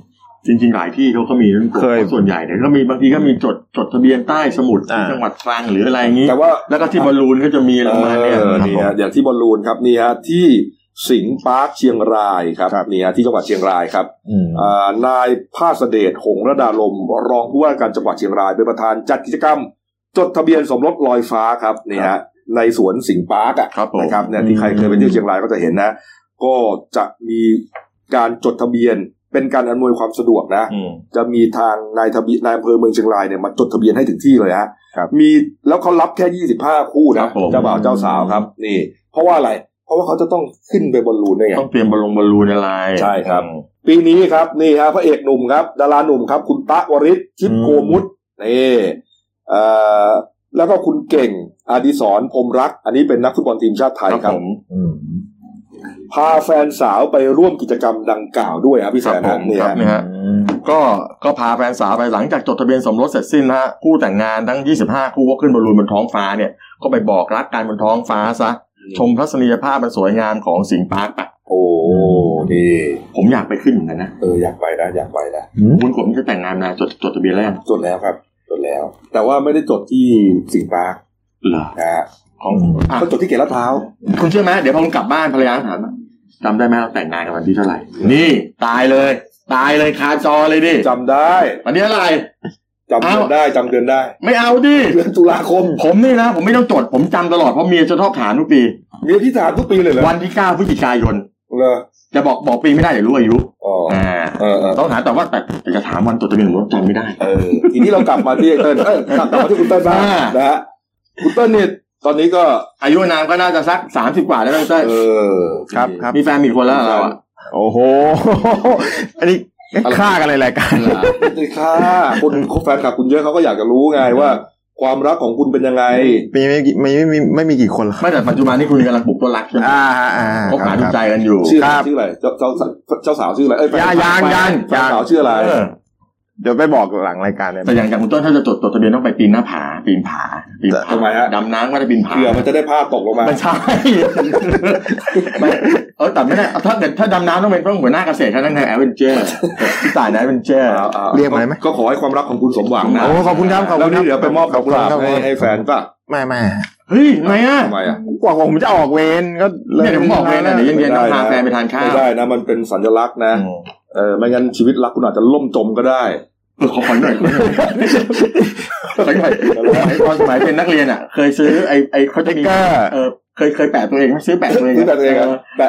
จริง ๆ หลายที่เขาก็มีรื่องกฎ เคย ส่วนใหญ่เนี่ยก็มีบางทีก็มีจดจดทะเบียนใต้สมุดที่ อ่า จังหวัดตรังหรืออะไรอย่างนี้ แต่ว่า แล้วก็ที่บอลลูนก็จะมีอะไรประมาณเนี่ย เออ ครับ นี่ ผม ฮะอย่างที่บอลลูนครับนี่ฮะที่สิงห์ปาร์คเชียงรายครับ ครับ นี่ฮะที่จังหวัดเชียงรายครับ อืม อ่านายภาสเดชหงส์ระดาลมรองผู้ว่าการจังหวัดเชียงรายเป็นประธานจัดกิจกรรม จดทะเบียนสมรสลอยฟ้าครับนี่ฮะในสวนสิงห์ปาร์คอะ ครับผม นะครับเนี่ยที่ใครเคยไปเที่ยวเชียงรายก็จะเห็นนะ ก็จะมีการจดทะเบียนเป็นการอำนวยความสะดวกนะ อืม จะมีทางนายทะเบียนนายอำเภอเมืองเชียงรายเนี่ยมาจดทะเบียนให้ถึงที่เลยฮะ ครับ มีแล้วเขารับแค่ยี่สิบห้าคู่ คนะรับผม เจ้าบ่าวเจ้าสาวครับ นี่ เพราะว่าอะไร เพราะว่าเขาจะต้องขึ้นไปบนลูนด้วยไง ต้องเตรียมบอลลงบอลลูนอะไร ใช่ครับ ปีนี้ครับนี่ฮะพระเอกหนุ่มครับ ดาราหนุ่มครับ คุณตะวริศชิปโกมุตนี่เอ่อแล้วก็คุณเก่งอดิศรพรหมรัก อันนี้เป็นนักฟุตบอลทีมชาติไท ค ย รับ ครับ ผม พาแฟนสาวไปร่วมกิจกรรมดังกล่าวด้วยครับพี่แสน ครั ฮะ บผม นี่ ครับ ฮะ นะฮะ ก็ก็พาแฟนสาวไปหลังจากจดทะเบียนสมรสเสร็จสิ้นนะฮะคู่แต่งงานทั้ง 25 คู่ก็ขึ้นบอลลูนบนท้องฟ้าเนี่ยก็ไปบอกรักกันบนท้องฟ้าซะ อืม ชมทัศนียภาพมันสวยงามของสิงห์ปาร์คไป โอ้นี่ ผมอยากไปขึ้นเหมือนกันนะ เอออยากไปนะอยากไปนะ คุณกบนี่จะแต่งงานนะจดจดทะเบียนแรก จดแล้วครับจดแล้ว แต่ว่าไม่ได้จดที่สิงห์ปาร์ค เหรอ นะฮะ ของอ่ะ เขาจดที่เขตลาดพร้าว คุณเชื่อไหมเดี๋ยวพอผมกลับบ้านภรรยาถามว่าจำได้ไหมเราแต่งงานกันวันที่เท่าไหร่ นี่ตายเลย ตายเลยคาจอเลยดิ จำได้ วันนี้อะไร จำเดือน เอ้า ได้จำเดือนได้ ไม่เอาดิ เดือนตุลาคม ผมนี่นะ ผมไม่ต้องจด ผมจำตลอดเพราะเมียจะชอบถามทุกปี มีที่ถามทุกปีเลยเหรอ วันที่ 9พฤศจิกายน เหรอ จะบอกบอกปีไม่ได้อย่ารู้อายุ อ๋อ อ่า เออเออ ต้องถามแต่ว่าแต่แต่จะถามวันจดทะเบียนสมรสจำไม่ได้ เออทีนี้เรากลับมาที่เติ้ลเออกลับกลับมาที่คุณเติ้ลบ้าง อ่าน นะฮะคุณเติ้ลเนี่ยตอนนี้ก็ อายุนางก็น่าจะสัก 30 กว่าได้ไหมใช่ เออ ครับครับ มีแฟนมีคนแล้วเราอ่ะ โอ้โห อันนี้ อะไร ฆ่ากันเลยรายการ นี่ค่ะคนคนแฟนคลับคุณเยอะเขาก็อยากจะรู้ไงว่า ความรักของคุณเป็นยังไง มีไม่กี่ไม่ไม่ไม่ไม่มีกี่คนหรอก ไม่แต่ปัจจุบันนี่คุณกำลังปลุกตัวรักใช่ไหม อ่าฮะอ่าฮะ คบหา ค ดู รับ ใจกันอยู่ ชื่อ ครับ ชื่ออะไรเจ้าเจ้าเจ้าสาวชื่ออะไรเอ้ยแฟน ยายางยาง แฟน ยาง สาวชื่ออะไร เออ เดี๋ยวไปบอกหลังรายการเนี่ย แต่อย่างจากคุณต้นถ้าจะจดจดทะเบียนต้องไปปีนหน้าผาปีนผาปีนผา ทำไมฮะ ดำน้ำก็ได้ปีนผา เผื่อมันจะได้ผ้าตกลงมา ไม่ใช่ไม่เออแต่ไม่ได้เอาถ้าเกิดถ้าดำน้ำต้องเป็นต้องหัวหน้าเกษตรท่านนั่นไงแอเวนเจอร์พี่ต่ายนะแอเวนเจอร์ อาอา เรียกมาได้ไหม ก็ขอให้ความรักของคุณสมหวังนะ โอ้ขอบคุณครับขอบ แล้ คุ ว ณครั นี่ บ เดี๋ยวไปมอบด ข อ อก บ กุ คุณ หลาบ ครับ ให้ให้แฟนป่ะ ไม่ไม่ เฮ้ยทำไมอ่ะ ทำไมอ่ะ กว่าผมจะออกเวรก็ลิ เนี่ยเดี๋ยวผมบอกเลยนะเดี๋ยวเย็นๆต้องพาแฟนไปทานข้าว ไม่ได้นะ มันเป็นสัญลักษณ์นะ อืม เออไม่งั้นชีวิตรักคุณอาจจะล่มจมก็ได้ เออขอขอหน่อยขอหน่อยขอหน่อยสมัยตอนสมัยเป็นนักเรียนอ่ะ เคยซื้อไอ้ไอ้เขาจะมี ก็ เออเคยเคยแปะตัวเองไหมซื้อแปะตัวเอง ซื้อแต่ตัวเองอะแต่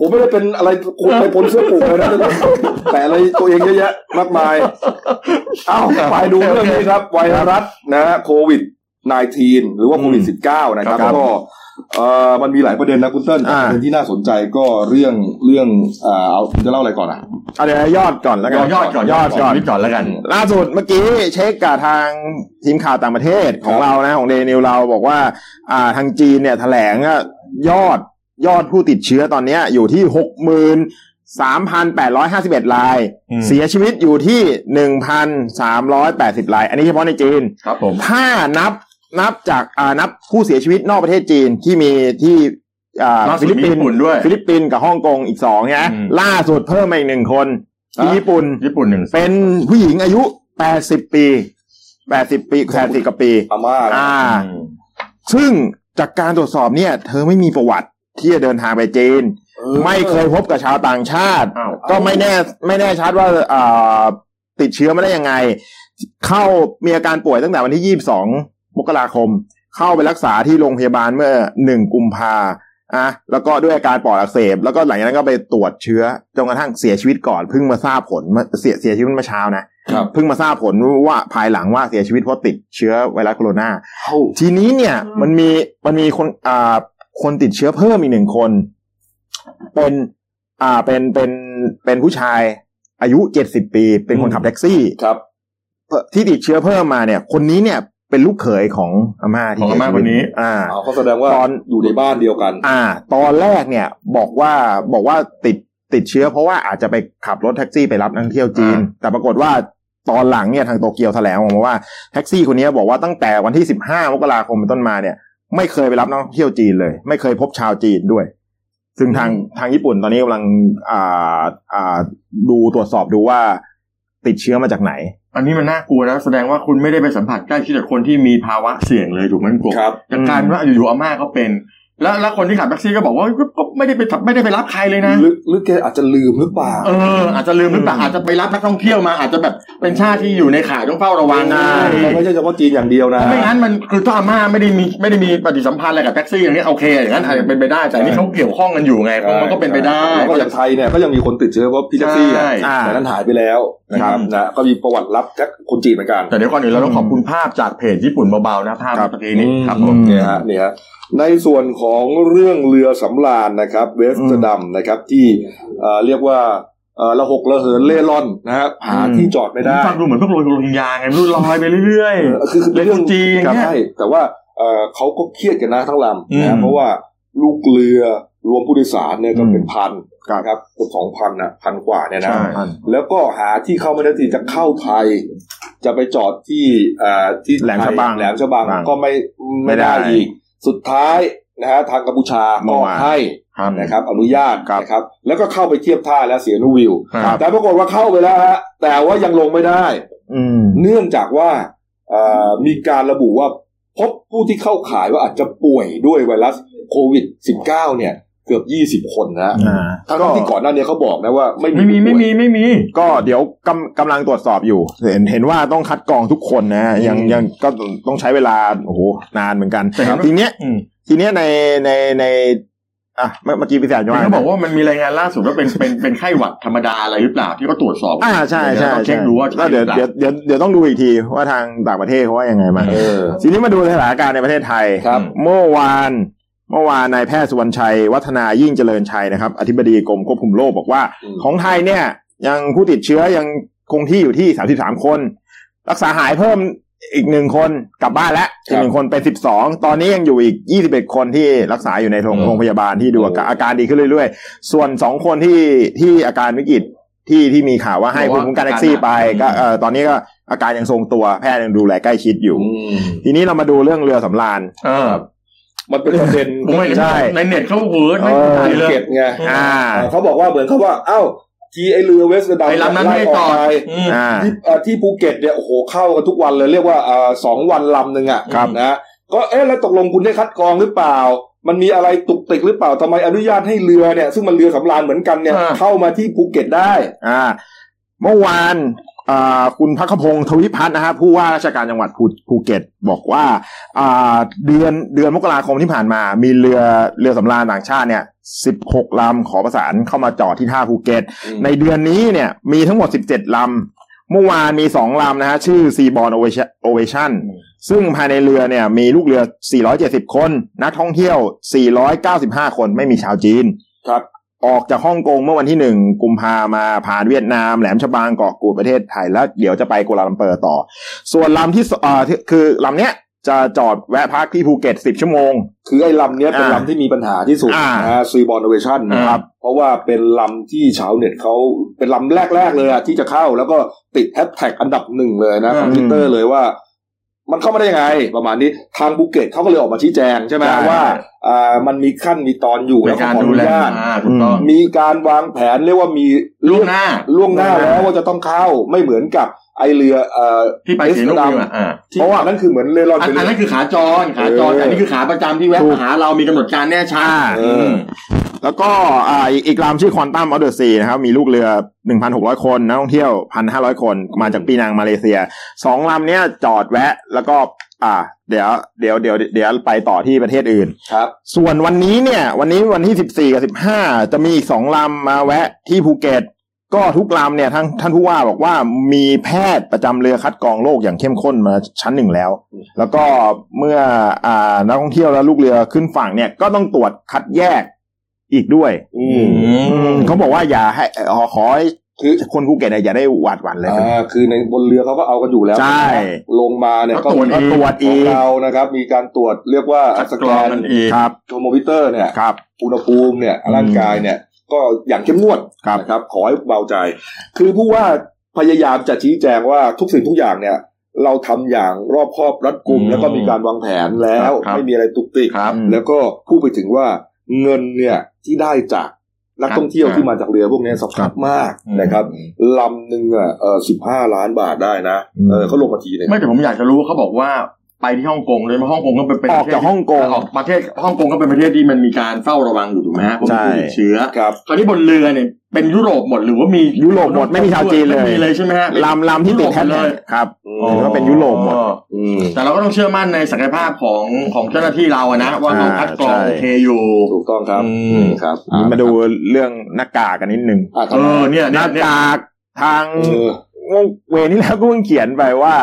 ผมไม่ได้เป็นอะไรคุณไปพลเสื้อผูกเลยนะ แต่อะไรตัวเองเยอะแยะมากมาย เอ้าไปดูเรื่องนี้ครับ ไวรัสนะฮะโควิด -19 หรือว่าโควิด -19 นะครับ ครับ ก็เอ่อมันมีหลายประเด็นนะคุณเติ้ล อ่า ประเด็นที่น่าสนใจก็เรื่องเรื่องอ่าเอาคุณจะเล่าอะไรก่อนอ่ะ เอาเดี๋ยวยอดก่อนแล้วกัน ยอดก่อน ยอดก่อน นิดก่อนแล้วกัน ล่าสุดเมื่อกี้เช็คกับทางทีมข่าวต่างประเทศขอคงรับ เรานะของเดนิวเราบอกว่า อ่าทางจีนเนี่ยแถลงอะยอดยอดผู้ติดเชื้อตอนเนี้ยอยู่ที่หกหมื่นสามพันแปดร้อยห้าสิบเอ็ดราย อืม เสียชีวิตอยู่ที่หนึ่งพันสามร้อยแปดสิบราย อันนี้เฉพาะในจีน ครับผม ถ้านับนับจากอ่านับผู้เสียชีวิตนอกประเทศจีนที่มีที่อ่า ล่าสุด ฟิลิป มี ปิญี่นส์ ปุ่นด้วย ฟิลิปปินส์กับฮ่องกงอีกสองเนี่ย อืม ล่าสุดเพิ่มมาอีกหนึ่งคนที่ญี่ปุ่น ญี่ปุ่นหนึ่ง เป็นผู้หญิงอายุ 80 ปี 80 ปี80กว่าปี อาม่านะ อ่า อืม ซึ่งจากการตรวจสอบเนี่ย เธอไม่มีประวัติที่จะเดินทางไปจีน เออ ไม่เคยพบกับชาวต่างชาติ อ้าว ก็ไม่แน่ไม่แน่ชัดว่าอ่าติดเชื้อมาได้ยังไง เข้ามีอาการป่วยตั้งแต่วันที่ 22 มกราคม เข้าไปรักษาที่โรงพยาบาลเมื่อ 1 กุมภาอ่ะแล้วก็ด้วยอาการปอดอักเสบ แล้วก็หลังจากนั้นก็ไปตรวจเชื้อจนกระทั่งเสียชีวิตก่อนเพิ่งมาทราบผลเมื่อเสียเสียชีวิตเมื่อเช้านะครับ เพิ่งมาทราบผลว่าภายหลังว่าเสียชีวิตเพราะติดเชื้อไวรัสโคโรนา เอ้า ทีนี้เนี่ยมันมีมันมีคนอ่าคนติดเชื้อเพิ่มอีกหนึ่งคน เป็น อ่าเป็นเป็นเป็นผู้ชาย อายุเจ็ดสิบปีเป็นคนขับแท็กซี่ ครับ เพิ่มที่ติดเชื้อเพิ่มมาเนี่ย คนนี้เนี่ยเป็นลูกเขยของอาม่าที่ ของอาม่าคเสียชีวิต นนี้ อ่า เอาเขาแสดงว่า ตอน อยู่ในบ้านเดียวกัน อ่า ตอนแรกเนี่ยบอกว่าบอกว่าติดติดเชื้อเพราะว่าอาจจะไปขับรถแท็กซี่ไปรับนักท่องเที่ยวจีน แต่ปรากฏว่าตอนหลังเนี่ยทางโตเกียวแถลงออกมาว่าแท็กซี่คนนี้บอกว่าตั้งแต่วันที่ 15 มกราคมเป็นต้นมาเนี่ย ไม่เคยไปรับนักท่องเที่ยวจีนเลย ไม่เคยพบชาวจีนด้วย ซึ่งทางทางญี่ปุ่นตอนนี้กำลังอ่าอ่าดูตรวจสอบดูว่า ติดเชื้อมาจากไหน อันนี้มันน่ากลัวนะแสดงว่าคุณไม่ได้ไปสัมผัสใกล้ชิดกับคนที่มีภาวะเสี่ยงเลยถูกไหมคุณกบ ครับ จากการว่าอยู่ๆอาม่าเขาเป็น แล้วแล้วคนที่ขับแท็กซี่ก็บอกว่าก็ก็ไม่ได้ไปไม่ได้ไปรับใครเลยนะ หรือหรือแกอาจจะลืมหรือเปล่า เอออาจจะลืมหรือเปล่า อืม อาจจะไปรับนักท่องเที่ยวมาอาจจะแบบเป็นชาติที่อยู่ในข่ายต้องเฝ้าระวัง ใช่ มันไม่ใช่เฉพาะจีนอย่างเดียวนะ ไม่งั้นมันคือถ้าอาม่าไม่ได้มีไม่ได้มีปฏิสัมพันธ์อะไรกับแท็กซี่อย่างนี้โอเคอย่างนั้นอาจจะเป็นไปได้แต่อันนี่เขาเกี่ยวข้องกันอยู่ไง ใช่ มันก็เป็นไปได้ แล้วก็อย่างไทยเนี่ยก็ยังมีคนติดเชื้อเพราะพี่แท็กซี่อะ ใช่ แต่นั้นหายไปแล้วนะครับ อืม นะก็มีประวัติรับแท็กคนจีนเหมือนกัน แต่เดี๋ยวก่อนอื่นเราต้องขอบคุณภาพจากเพจญี่ปุ่นเบาๆนะภาพเมื่อกี้นี้ครับผม เนี่ยฮะเนี่ยฮะในส่วนของเรื่องเรือสำราญนะครับ เวสต์ดัมนะครับที่เอ่อเรียกว่าเอ่อระหกระเหินเล่ร่อนนะฮะหา อืม ที่จอดไม่ได้ ฟังดูเหมือนพวกโรยโรยยางไงไม่รู้ลอยไปเรื่อย เออคือคือ เรือคนจีนอย่างเงี้ย ใช่แต่ว่าเอ่อเขาก็เครียดกันนะทั้งลำนะ อื ฮะ ม เพราะว่าลูกเรือรวมผู้โดยสารเนี่ยก็เป็นพัน ครับ ครับเกือบสองพันนะพันกว่าเนี่ย ๆ นะ ใช่ แล้วก็หาที่เข้าไม่ได้ที่จะเข้าไทย จะไปจอดที่อ่าที่ แหลมฉบัง ไทยแหลมฉบัง ฉบัง ก็ไม่ ไม่ ไม่ ได้ ได้อีก สุดท้ายนะฮะทางกัมพูชา เมื่ ก็ อวาน ให้ ครับ นะครับ อนุญาตนะครับ แล้วก็เข้าไปเทียบท่าแล้วเสียนูวิว ครับ แต่ปรากฏว่าเข้าไปแล้วฮะแต่ว่ายังลงไม่ได้ อืม เนื่องจากว่าอ่ามีการระบุว่าพบผู้ที่เข้าขายว่าอาจจะป่วยด้วยไวรัสโควิด -19 เนี่ย เกือบ 20 คนนะฮะ อ่า ทั้งที่ก่อนหน้านี้เขาบอกนะว่าไม่ ไม่มี ผู้ป่วย ไม่มีไม่มี ก็เดี๋ยวกำกำลังตรวจสอบอยู่ เห็นเห็นว่าต้องคัดกรองทุกคนนะ ยังยังก็ต้องใช้เวลาโอ้โหนานเหมือนกัน แต่เห็นว่า ทีเนี้ย อืม ทีเนี้ยในในในอ่ะเมื่อเมื่อกี้พี่แสนจะว่า เขาบอกว่ามันมีรายงานล่าสุดว่าเป็นเป็นเป็นไข้หวัดธรรมดาอะไรหรือเปล่าที่เขาตรวจสอบ อ่าใช่ใช่ เดี๋ยวเราต้องเช็ ใช่ คดูว่าใช่ ก็เดี๋ยว หรือปล่า เดี๋ยวเดี๋ยวเดี๋ยวต้องดูอีกทีว่าทางต่างประเทศเขาว่ายังไงมา เออ ทีนี้มาดูสถานการณ์ในประเทศไทย ครับ เมื่อวานเมื่อวานนายแพทย์สุวรรณชัย วัฒนายิ่งเจริญชัยนะครับ อธิบดีกรมควบคุมโรคบอกว่า ของไทยเนี่ยยังผู้ติดเชื้อยังคงที่อยู่ที่ 33 คน รักษาหายเพิ่มอีกหนึ่งคนกลับบ้านแล้วอีกหนึ่งคนเป็น 12 ตอนนี้ยังอยู่อีก 21 คนที่รักษาอยู่ในโรง อืม โรงพยาบาลที่ดูอาการอาการดีขึ้นเรื่อยๆ ส่วน 2 คนที่ที่อาการวิกฤตที่ที่มีข่าวว่าให้ภูมิคุ้มกันแท็กซี่ไปก็เอ่อตอนนี้ก็อาการยังทรงตัวแพทย์ยังดูแลใกล้ชิดอยู่ ทีนี้เรามาดูเรื่องเรือสำราญ เออ มันเป็นประเด็น ผมไม่ ใช่ ในเน็ตเขาเวิร์ดไม่ อ ใช่ ภู เลย เก็ตไง อ่า เขาบอกว่าเหมือนเขาว่า เอ้า ทีไอเรือเวสต์ดำ ไอ้ลำนั้นไม่ต่อ ไล่กไป อืม อ่า ที่อ่าที่ภูเก็ตเนี่ยโอ้โหเข้ากันทุกวันเลยเรียกว่าอ่าสองวันลำหนึ่งอ่ะ ครับ นะก็เอ๊ะแล้วตกลงคุณได้คัดกรองหรือเปล่า มันมีอะไรตุกติกหรือเปล่าทำไมอนุญาตให้เรือเนี่ย ซึ่งมันเรือสำราญเหมือนกันเนี่ย อ่า เข้ามาที่ภูเก็ตได้ อ่าเมื่อวานอ่าคุณพักขพงศ์ทวิพัฒน์นะฮะผู้ว่าราชการจังหวัดภูภูเก็ต บอกว่าอ่าเดือนเดือนมกราคมที่ผ่านมา มีเรือเรือสำราญต่างชาติเนี่ย 16 ลำขอประสานเข้ามาจอดที่ท่าภูเก็ต ในเดือนนี้เนี่ยมีทั้งหมด 17 ลำ เมื่อวานมี 2 ลำนะฮะชื่อซีบอลโอเวชั่นซึ่งภายในเรือเนี่ยมีลูกเรือ 470 คน นักท่องเที่ยว 495 คนไม่มีชาวจีน ครับ ออกจากฮ่องกงเมื่อวันที่ 1 กุมภามาผ่านเวียดนาม แหลมฉบังเกาะกูดประเทศไทยแล้วเดี๋ยวจะไปกัวลาลัมเปอร์ต่อ ส่วนลำที่สเอ่อที่คือลำเนี้ยจะจอดแวะพักที่ภูเก็ต 10 ชั่วโมง คือไอ้ลำเนี้ยเป็น อ่า ลำที่มีปัญหาที่สุด อ่าน นะฮะซีบอลโอเวชั่นนะครับ เพราะว่าเป็นลำที่ชาวเน็ตเขาเป็นลำแรก ๆ เลยอะที่จะเข้าแล้วก็ติดแฮชแท็กอันดับหนึ่งเลยนะ อืม คอมพิวเตอร์เลยว่า มันเข้ามาได้ยังไง ประมาณนี้ทางบุเก็ตเขาก็เลยออกมาชี้แจงใช่ไหม ใช่ ว่าอ่ามันมีขั้นมีตอนอยู่ ใน แล้วก็ การ ขออ ดู นุ แล ญาต อ่าถูกต้อง มีการวางแผนเรียกว่ามี ล่วงหน้า ล่วงหน้าแล้วว่าจะต้องเข้าไม่เหมือนกับไอเรือเอ่อ ที่ไปสีนุ่มอ่ะอ่า ที่อันนั้นคือเหมือนเล่ร่อน อั ไป นอัน เล นั้ ย นคือขาจรขาจร เออ แต่อันนี้คือขาประจำที่แวะ ถูก มาหาเรามีกำหนดการแน่ชัด เออ ม แล้วก็อ่าอีกอีกลำชื่อควอนตัมออเดอร์ซีนะครับ มีลูกเรือ 1,600 คนนักท่องเที่ยว 1,500 คนมาจากปีนังมาเลเซียสองลำเนี้ยจอดแวะแล้วก็อ่าเดี๋ยวเดี๋ยวเดี๋ยวเดี๋ยวไปต่อที่ประเทศอื่น ครับ ส่วนวันนี้เนี่ย วันนี้วันที่ 14 กับ 15 จะมีอีกสองลำมาแวะที่ภูเก็ต ก็ทุกลำเนี่ยท่านท่านผู้ว่าบอกว่ามีแพทย์ประจำเรือคัดกรองโรคอย่างเข้มข้นมาชั้นหนึ่งแล้ว แล้วก็เมื่ออ่านักท่องเที่ยวและลูกเรือขึ้นฝั่งเนี่ยก็ต้องตรวจคัดแยกอีกด้วย อืม อืมเขาบอกว่าอย่าให้เอ่อขอให้ คือ คนภูเก็ตเนี่ยอย่าได้หวาดหวั่นเลย อ่าคือในบนเรือเขาก็เอากันอยู่แล้ว ใช่ ลงมาเนี่ย ก็ตรวจอีก ตรวจอีก ของเรานะครับ มีการตรวจเรียกว่า คัด ส ก แก รอง น กันอีก ครับ โทรโมมิเตอร์เนี่ย ครับ อุณหภูมิเนี่ยร่างกายเนี่ยก็อย่างเข้มงวด ครับ นะครับ ขอให้เบาใจ คือผู้ว่าพยายามจะชี้แจงว่าทุกสิ่งทุกอย่างเนี่ย เราทำอย่างรอบคอบรัดกุม อืม แล้วก็มีการวางแผนแล้ว ครับ ไม่มีอะไรตุกติก ครับ แล้วก็พูดไปถึงว่าเงินเนี่ยที่ได้จากนักท่องเที่ยว ครับ ที่มาจากเรือพวกเนี้ยสำ ครั คัญ บ มาก อืม นะครับลำหนึ่งอ่ะเออสิบห้าล้านบาทได้นะเออเขาลงมาทีเนี่ย ไม่แต่ผมอยากจะรู้เขาบอกว่าไปที่ฮ่องกงเลยมาฮ่องกงก็เป็นประ อ เท อก ศ จาก ที่ ฮ่องกง ออกประเทศฮ่องกงก็เป็นประเทศที่มันมีการเฝ้าระวังอยู่ถูกไหมฮะผม ใช่ ผู้ติดเชื้อ ครับ คราวนี้บนเรือเนี่ยเป็นยุโรปหมดหรือว่ามี ยุโรปหมดไม่มีชาวจีนเลย ไม่มีเลยใช่ไหมฮะ ลำลำที่ติดแท็บ ยุโรปหมดเลย ครับ อ๋อ เห็นว่าเป็นยุโรปหมด อืม แต่เราก็ต้องเชื่อมั่นในศักยภาพของของเจ้าหน้าที่เราอะนะว่าเขาคัดกรอง อ่าใช่ โอเคอยู่ ถูกต้องครับ อืม นี่ครับ นี่มาดูเรื่องหน้ากากกันนิดหนึ่ง อ่ะค เอ รับ อเนี่ย ห เนี่ย น้า เนี่ย กากทาง เออ เวนี่แล้วก็เพิ่งเขียนไปว่า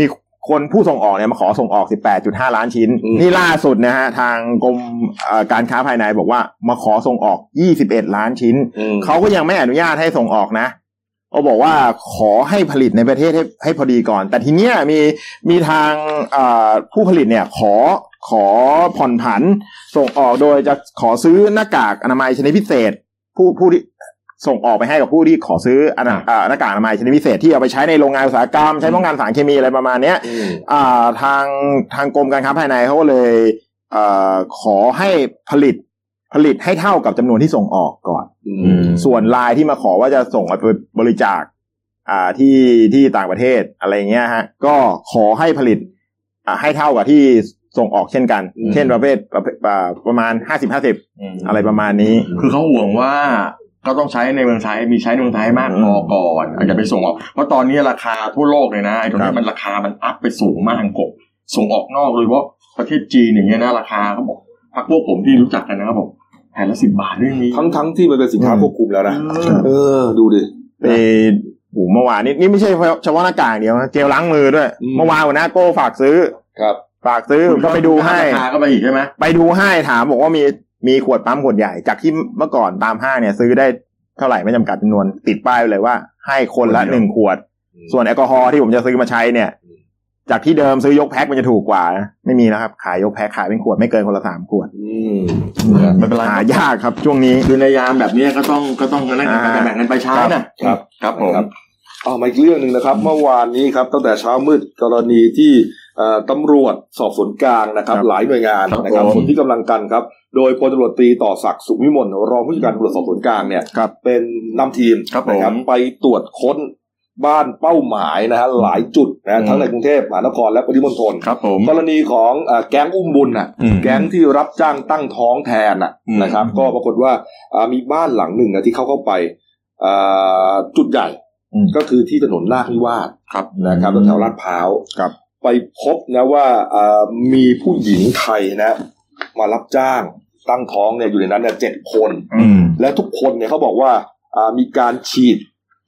มีคนผู้ส่งออกเนี่ยมาขอส่งออก 18.5 ล้านชิ้น อืม นี่ล่าสุดนะฮะทางกรมเอ่อการค้าภายในบอกว่ามาขอส่งออก 21 ล้านชิ้น อืม เขาก็ยังไม่อนุญาตให้ส่งออกนะเขาบอกว่าขอให้ผลิตในประเทศให้ให้พอดีก่อน แต่ทีเนี้ยมีมีทางเอ่อผู้ผลิตเนี่ยขอขอผ่อนผันส่งออกโดยจะขอซื้อหน้ากากอนามัยชนิดพิเศษ ผู้ผู้ที่ส่งออกไปให้กับผู้ที่ขอซื้ออนา อ่า เอ่อหน้ากากอนามัยชนิดพิเศษที่เอาไปใช้ในโรงงานอุตสาหกรรม ใช้ป้องกันสารเคมีอะไรประมาณเนี้ย อืม อ่าทางทางกรมการค้าภายในเขาก็เลยอาขอให้ผลิตผลิตให้เท่ากับจำนวนที่ส่งออกก่อน อื อื ม ม ส่วนลายที่มาขอว่าจะส่งไปบริจาค อ่าที่ที่ต่างประเทศอะไรเงี้ยฮะ ก็ขอให้ผลิต อ่าให้เท่ากับที่ส่งออกเช่นกัน อืม เช่นประเภทประเภทอ่าประมาณห้าสิบห้าสิบอะไรประมาณนี้ คือเขาห่วงว่าก็ต้องใช้ในเมืองไทยมีใช้ในเมืองไทยมากพอก่อนอาจจะไปส่งออก เพราะตอนนี้ราคาทั่วโลกเลยนะไอ้ตรง ครั นี้ บ มันราคามันอัพไปสูงมากกบส่งออกนอกเลยเพราะประเทศจีนอย่างเงี้ยนะราคาเขาบอกพักพวกผมที่รู้จักกันนะครับบอกแผ่นละสิบบาทเรื่องนี้ ทั้งทั้งที่มันเป็นสินค้า อืม ควบคุมแล้วนะ ครับ เออ ดูดิ ไปโอ้โหเมื่อวานนี้นี่ไม่ใช่เฉพาะหน้ากากอย่างเดียวนะเจลล้างมือด้วย อืม เมื่อวานหัวหน้าโก้ฝากซื้อ ครับ ฝากซื้อก็ไปดูให้ ราคาก็ไปอีกใช่ไหม ไปดูให้ถามบอกว่ามีมีขวดปั๊มขวดใหญ่ จากที่เมื่อก่อนตามห้างเนี่ยซื้อได้เท่าไหร่ไม่จำกัดจำนวนติดป้ายไว้เลยว่า ให้คนละหนึ่งขวด ส่วนแอลกอฮอล์ที่ผมจะซื้อมาใช้เนี่ย จากที่เดิมซื้อยกแพ็คมันจะถูกกว่านะไม่มีนะครับ ขายยกแพ็คขายเป็นขวดไม่เกินคนละสามขวด อืม ไม่เป็นไร หายากครับช่วงนี้ คือในยามแบบเนี้ยก็ต้องก็ต้องนั่งกันไปแบ่งกันไปใช้นะครับ ครับผม ครับเอามาอีกเรื่องหนึ่งนะครับ เมื่อวานนี้ครับ ตั้งแต่เช้ามืดกรณีที่เอ่อตำรวจสอบสวนกลางนะครับ ครับ หลายหน่วยงาน ครับ นะครับ ผม ส่วนที่กำลังกันครับ โดยพลตำรวจตรีต่อศักดิ์สุขวิมลรองผู้จัดการตำรวจสอบสวนกลางเนี่ย ครับ เป็นนำทีม ครับผม นะไปตรวจค้นบ้านเป้าหมายนะฮะหลายจุดนะฮะ อืม ทั้งในกรุงเทพมหานครและปริมณฑล ครับผม กรณีของเอ่อแก๊งอุ้มบุญน่ะ แก๊งที่รับจ้างตั้งท้องแทนนะ อืม นะครับ ก็ปรากฏว่าอ่ามีบ้านหลังหนึ่งนะที่เขาเข้าไปอ่าจุดใหญ่ อืม ก็คือที่ถนนนาคนิวาส ครับ นะครับแถวลาดพร้าว ครับ ไปพบนะว่าอ่ามีผู้หญิงไทยนะ มารับจ้างตั้งท้องเนี่ยอยู่ในนั้นเนี่ยเจ็ดคน อืม และทุกคนเนี่ยเขาบอกว่าอ่ามีการฉีด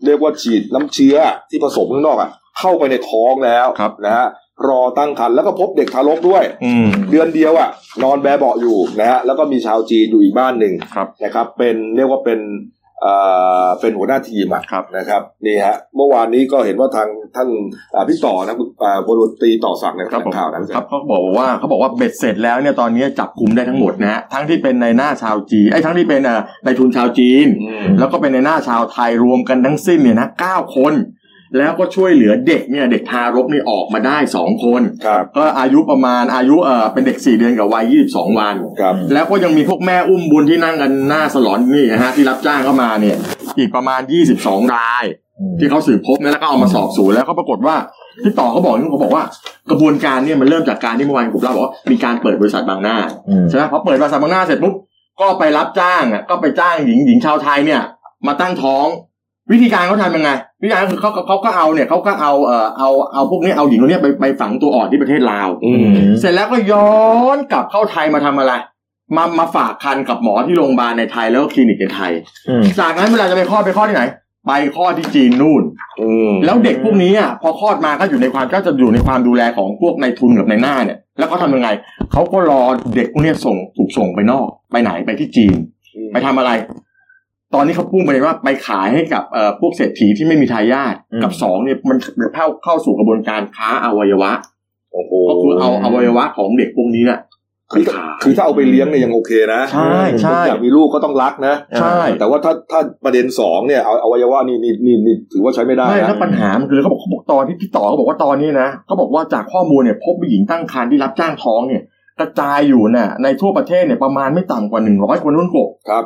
เรียกว่าฉีดน้ำเชื้อที่ผสมข้างนอกอ่ะเข้าไปในท้องแล้ว ครับ นะฮะรอตั้งครรภ์แล้วก็พบเด็กทารกด้วย อืม เดือนเดียวอะ่ะ นอนแบเบาะอยู่นะฮะแล้วก็มีชาวจีนอยู่อีกบ้านหนึ่ง ครับ นะครับ เป็นเรียกว่าเป็นเอ่อเป็นหัวหน้าทีมอะ ครับ นะครับนี่ฮะเมื่อวานนี้ก็เห็นว่าทางท่านอ่าพี่ต่อนะคุณอ่าบรุษตรีต่อศักดิ์เนี่ย ครับ แถล ผม งข่าวนั้น ครับเขาบอกว่าเขาบอกว่าเบ็ดเสร็จแล้วเนี่ยตอนนี้จับกลุ่มได้ทั้งหมดนะฮะทั้งที่เป็นในหน้าชาวจีนไอ้ยทั้งที่เป็นเอ่อในทุนชาวจีน อืม แล้วก็เป็นในหน้าชาวไทยรวมกันทั้งสิ้นเนี่ยนะเก้าคน แล้วก็ช่วยเหลือเด็กเนี่ยเด็กทารกเนี่ยออกมาได้สองคน ครับ ก็อายุประมาณอายุเอ่อเป็นเด็กสี่เดือนกับวัยยี่สิบสองวัน ครับ แล้วก็ยังมีพวกแม่อุ้มบุญที่นั่งกันหน้าสลอนนี่นะฮะที่รับจ้างเข้ามาเนี่ย อีกประมาณ 22 ราย ที่เขาสืบพบนะแล้วก็เอามาสอบสวนแล้วก็ปรากฏว่าพี่ต่อเขาบอกเขาบอกว่ากระบวนการเนี่ยมันเริ่มจากการที่เมื่อวานผมเล่าบอกว่ามีการเปิดบริษัทบางหน้า อืม ใช่ไหมพอเปิดบริษัทบางหน้าเสร็จปุ๊บก็ไปรับจ้างอ่ะก็ไปจ้างหญิงหญิงชาวไทยเนี่ย มาตั้งท้อง วิธีการเขาทำยังไง วิธีการก็คือเขาเขาก็เอาเนี่ยเขาก็เอาเอ่อเอาเอาพวกเนี้ยเอาหญิงคนเนี้ยไปไปฝังตัวอ่อนที่ประเทศลาว อืม เสร็จแล้วก็ย้อนกลับเข้าไทยมาทำอะไร มามาฝากคันกับหมอที่โรงพยาบาลในไทยแล้วก็คลินิกในไทย อืม จากนั้นเวลาจะไปคลอดไปคลอดที่ไหน ไปคลอดที่จีนนู่น อืม แล้วเด็กพวกนี้อ่ะพอคลอดมาก็อยู่ในความก็จะอยู่ในความดูแลของพวกนายทุนกับนายหน้าเนี่ย แล้วเขาทำยังไง เขาก็รอเด็กพวกเนี้ยส่งถูกส่งไปนอก ไปไหนไปที่จีน ไปทำอะไร ตอนนี้เขาพุ่งไปเลยว่าไปขายให้กับเอ่อพวกเศรษฐีที่ไม่มีทายาท อืม กับสองเนี่ยมันเข้าเข้าสู่กระบวนการค้าอวัยวะ โอ้โห ก็คือเอาอวัยวะของเด็กพวกนี้เนี่ยไป คือ ขาย คือถ้าเอาไปเลี้ยงเนี่ยยังโอเคนะ ใช่ใช่ คนอยากมีลูกก็ต้องรักนะ ใช่ แต่ว่าถ้าถ้าประเด็นสองเนี่ยเอาอวัยวะนี่นี่นี่นี่ถือว่าใช้ไม่ได้ ไม่ นะ แล้วปัญหามันคือเขาบอกเขาบอกตอนที่พี่ต่อเขาบอกว่าตอนนี้นะเขาบอกว่าจากข้อมูลเนี่ยพบผู้หญิงตั้งครรภ์ที่รับจ้างท้องเนี่ยกระจายอยู่น่ะในทั่วประเทศเนี่ยประมาณไม่ต่ำกว่าหนึ่งร้อยคนรุ่นกบ ครับ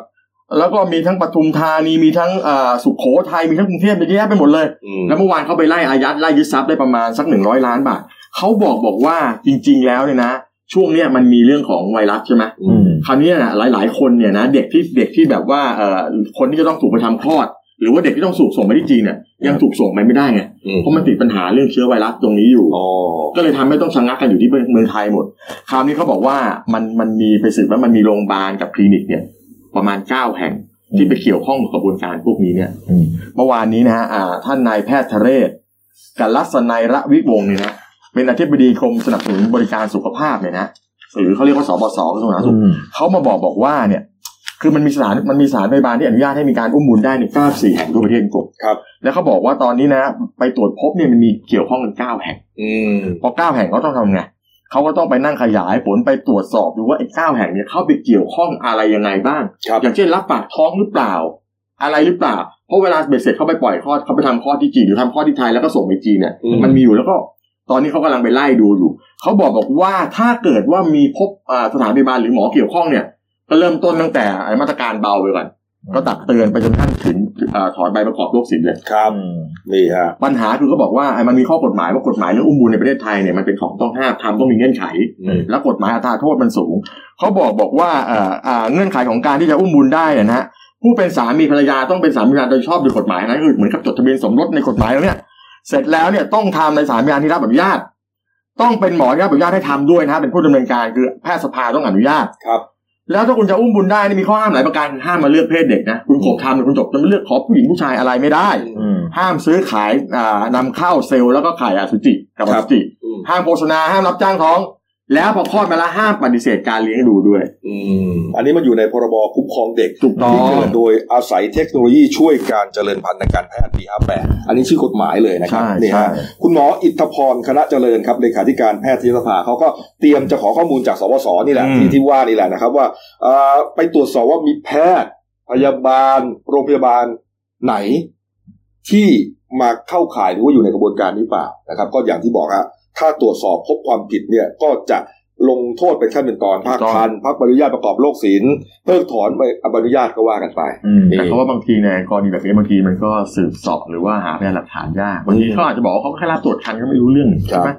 แล้วก็มีทั้งปทุมธานีมีทั้งเอ่อสุขโขทัยมีทั้งกรุงเทพเยอะแยะไปหมดเลย อืม แล้วเมื่อวานเขาไปไล่อายัดไล่ยึดทรัพย์ได้ประมาณสักหนึ่งร้อยล้านบาทเขาบอกบอกว่าจริง ๆ แล้วเนี่ยนะ ช่วงเนี้ยมันมีเรื่องของไวรัสใช่ไหม อืม คราวเนี้ยนะหลาย ๆ คนเนี่ยนะเด็กที่เด็กที่แบบว่าเอ่อคนที่จะต้องถูกไปทำคลอด หรือว่าเด็กที่ต้องสูบส่งไปที่จีนเนี่ยยังถูกส่งไปไม่ได้ไง อืม เพราะมันติดปัญหาเรื่องเชื้อไวรัสตรงนี้อยู่ อ๋อ ก็เลยทำให้ต้องชะงักกันอยู่ที่เมืองไทยหมด คราวนี้เขาบอกว่ามันมันมีไปสืบว่ามันมีโรงพยาบาลกับคลินิกเนี่ย ประมาณเก้าแห่งที่ไปเกี่ยวข้องกับกระบวนการพวกนี้เนี่ย อืม เมื่อวานนี้นะฮะอ่า ท่านนายแพทย์ทะเรศกัลลัศนัยระวิวงศ์เนี่ยนะเป็นอธิบดีกรมสนับสนุนบริการสุขภาพเนี่ยนะหรือเขาเรียกว่าสบสกระทรวงสาธารณสุข เขามาบอกบอกว่าเนี่ย คือมันมีสถานมันมีสถารพยาบาลที่อนุญาตให้มีการอุ้มบุญได้เนี่ยเก้าสี่แห่งทั่วประเทศกบ ครับ แล้วเขาบอกว่าตอนนี้นะ ไปตรวจพบเนี่ยมันมีเกี่ยวข้องกันเก้าแห่ง อืม พอเก้าแห่งเขาต้องทำไงเขาก็ต้องไปนั่งขยายผลไปตรวจสอบดูว่าไอ้เก้าแห่งเนี่ยเข้าไปเกี่ยวข้องอะไรยังไงบ้าง ครับ อย่างเช่นรับปากท้องหรือเปล่า อะไรหรือเปล่า เพราะเวลาเบ็ดเสร็จเขาไปปล่อยคลอดเขาไปทำคลอดที่จีนหรือทำคลอดที่ไทยแล้วก็ส่งไปจีนเนี่ย อื มันมีอยู่แล้วก็ตอนนี้เขากำลังไปไล่ดูอยู่ เขาบอกบอกว่าถ้าเกิดว่ามีพบอ่าสถานพยาบาลหรือหมอเกี่ยวข้องเนี่ย ก็เริ่มต้นตั้งแต่ไอ้มาตรการเบาไปก่อน ก็ตักเตือนไปจนขั้นถึงอ่าถอนใบประกอบโรคศิลป์เลย ครับ นี่ฮะ ปัญหาคือเขาบอกว่าไอ้มันมีข้อกฎหมายว่ากฎหมายเรื่องอุ้มบุญในประเทศไทยเนี่ยมันเป็นของต้องห้ามทำต้องมีเงื่อนไข อืม และกฎหมายอัตราโทษมันสูง เขาบอกบอกว่าเอ่ออ่าเงื่อนไขของการที่จะอุ้มบุญได้เนยนะฮะผู้เป็นสามีภรรยาต้องเป็นสามีภรรยาโดยชอบโดยกฎหมายนะคือเหมือนกับจดทะเบียนสมรสในกฎหมายแล้วเนี่ยเสร็จแล้วเนี่ยต้องทำในสามีภรรยาที่รับอนุญาต ต้องเป็นหมอที่รับอนุญาตให้ทำด้วยนะฮะเป็นผู้ดำเนินการคือแพทยสภาต้องอนุญาต ครับ แล้วถ้าคุณจะอุ้มบุญได้นี่มีข้อห้ามหลายประการคือห้ามมาเลือกเพศเด็กนะคุณกบทำหรือคุณจบจะไม่เลือกขอผู้หญิงผู้ชายอะไรไม่ได้ ห้ามซื้อขายอ่านำเข้าเซลล์แล้วก็ขายอสุจิกับอ ครับ สุจิ อืม ห้ามโฆษณาห้ามรับจ้างท้อง แล้วพอคลอดมาแล้วห้ามปฏิเสธการเลี้ยงดูด้วย อืมอันนี้มันอยู่ในพรบคุ้มครองเด็ก ถูกต้อง ที่เกิดโดยอาศัยเทคโนโลยีช่วยการเจริญพันธุ์ทางการแพทย์ปี58อันนี้ชื่อกฎหมายเลยนะครับนี่ฮะ คุณหมออิทธพรคณะเจริญครับเลขาธิการแพทยสภาเขาก็เตรียมจะขอข้อมูลจากสวสนี่แหละ อืม ที่ที่ว่านี่แหละนะครับ ว่าเอ่อไปตรวจสอบว่ามีแพทย์ พยาบาล โรงพยาบาลไหน ที่มาเข้าข่ายหรือว่าอยู่ในกระบวนการนี้เปล่านะครับ ก็อย่างที่บอกฮะถ้าตรวจสอบพบความผิดเนี่ยก็จะลงโทษเป็นขั้นเป็นตอนพักทันพักใบอนุญาตประกอบโรคศิลป์เพิกถอนใบอนุญาตก็ว่ากันไป แต่เขาว่าบางทีในกรณีแบบนี้บางทีมันก็สืบเสอบหรือว่าหาพยานหลักฐานยากบางทีเขาอาจจะบอกว่าเขาแค่รับตรวจคันก็ไม่รู้เรื่อง ครับ ใช่ไหม